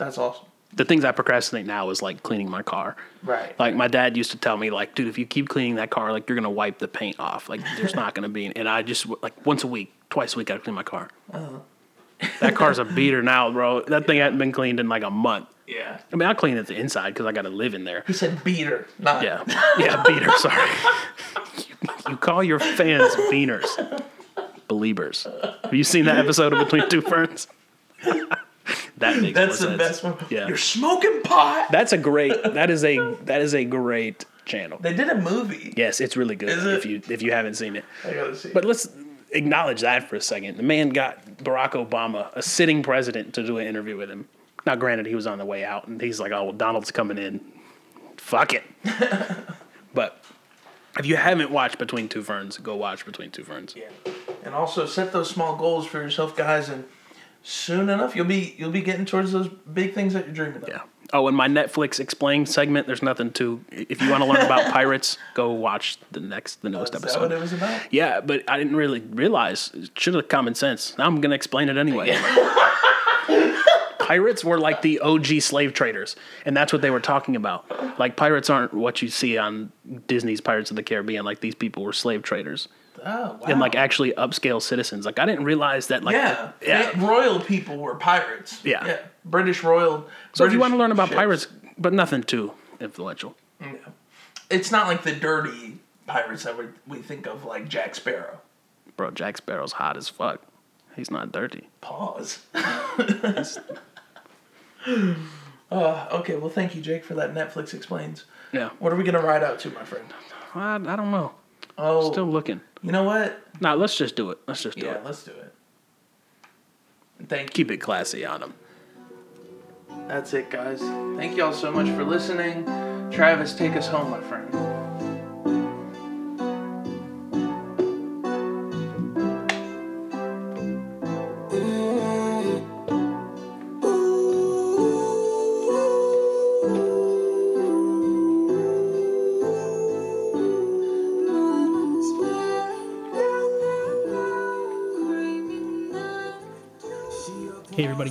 E: that's awesome
D: The things I procrastinate now is like cleaning my car.
E: right
D: Like my dad used to tell me, like, dude, if you keep cleaning that car, like you're gonna wipe the paint off. Like there's not gonna be. And I just like once a week, twice a week, I clean my car.
E: Uh-huh.
D: That car's
E: [LAUGHS]
D: a beater now, bro. That thing hadn't been cleaned in like a month.
E: yeah
D: I mean, I clean it the inside because I gotta live in there.
E: he said beater not
D: Yeah, yeah,
E: [LAUGHS]
D: beater. Sorry. you call your fans beaners, believers. Have you seen that episode of Between Two Ferns? [LAUGHS] that makes
E: that's
D: more
E: the
D: sense.
E: best one
D: Yeah.
E: you're smoking pot
D: That's a great. That is a that is a great channel.
E: they did a movie
D: Yes, it's really good
E: Is it?
D: if you if you haven't seen it.
E: i gotta see
D: But let's acknowledge that for a second. The man got Barack Obama, a sitting president, to do an interview with him. Now, granted, he was on the way out, and he's like, "Oh, well, Donald's coming in. Fuck
E: [LAUGHS]
D: it." but if you haven't watched Between Two Ferns, go watch Between Two Ferns.
E: Yeah. and also set those small goals for yourself guys and soon enough you'll be you'll be getting towards those big things that you're dreaming of
D: Yeah. Oh, and my Netflix explain segment. There's nothing to. If you want to learn
E: [LAUGHS]
D: about pirates, go watch the next, the newest
E: is that
D: episode.
E: what it was about
D: Yeah, but I didn't really realize. It should have common sense. Now I'm going to explain it anyway. [LAUGHS] pirates were like the OG slave traders, and that's what they were talking about. Like, pirates aren't what you see on Disney's Pirates of the Caribbean. Like, these people were slave traders
E: oh wow
D: and, like, actually upscale citizens. Like, I didn't realize that, like,
E: yeah,
D: the- yeah.
E: They- royal people were pirates.
D: Yeah.
E: British royal.
D: So, if you want to learn about pirates, but nothing too influential.
E: it's not like the dirty pirates that we, we think of, like Jack Sparrow.
D: Bro, Jack Sparrow's hot as fuck. He's not dirty.
E: Pause. [LAUGHS] uh, okay, well, thank you, Jake, for that Netflix explains.
D: Yeah.
E: What are we gonna ride out to, my friend?
D: I, I don't know.
E: Oh,
D: Still looking.
E: you know what?
D: Nah, let's just do it. Let's just do
E: Yeah,
D: it.
E: let's do it. Thank you.
D: Keep it classy on him.
E: That's it, guys. Thank y'all so much for listening. Travis, take us home, my friend.
D: Hey, everybody,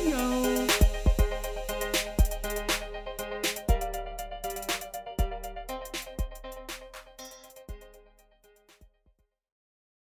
D: ya!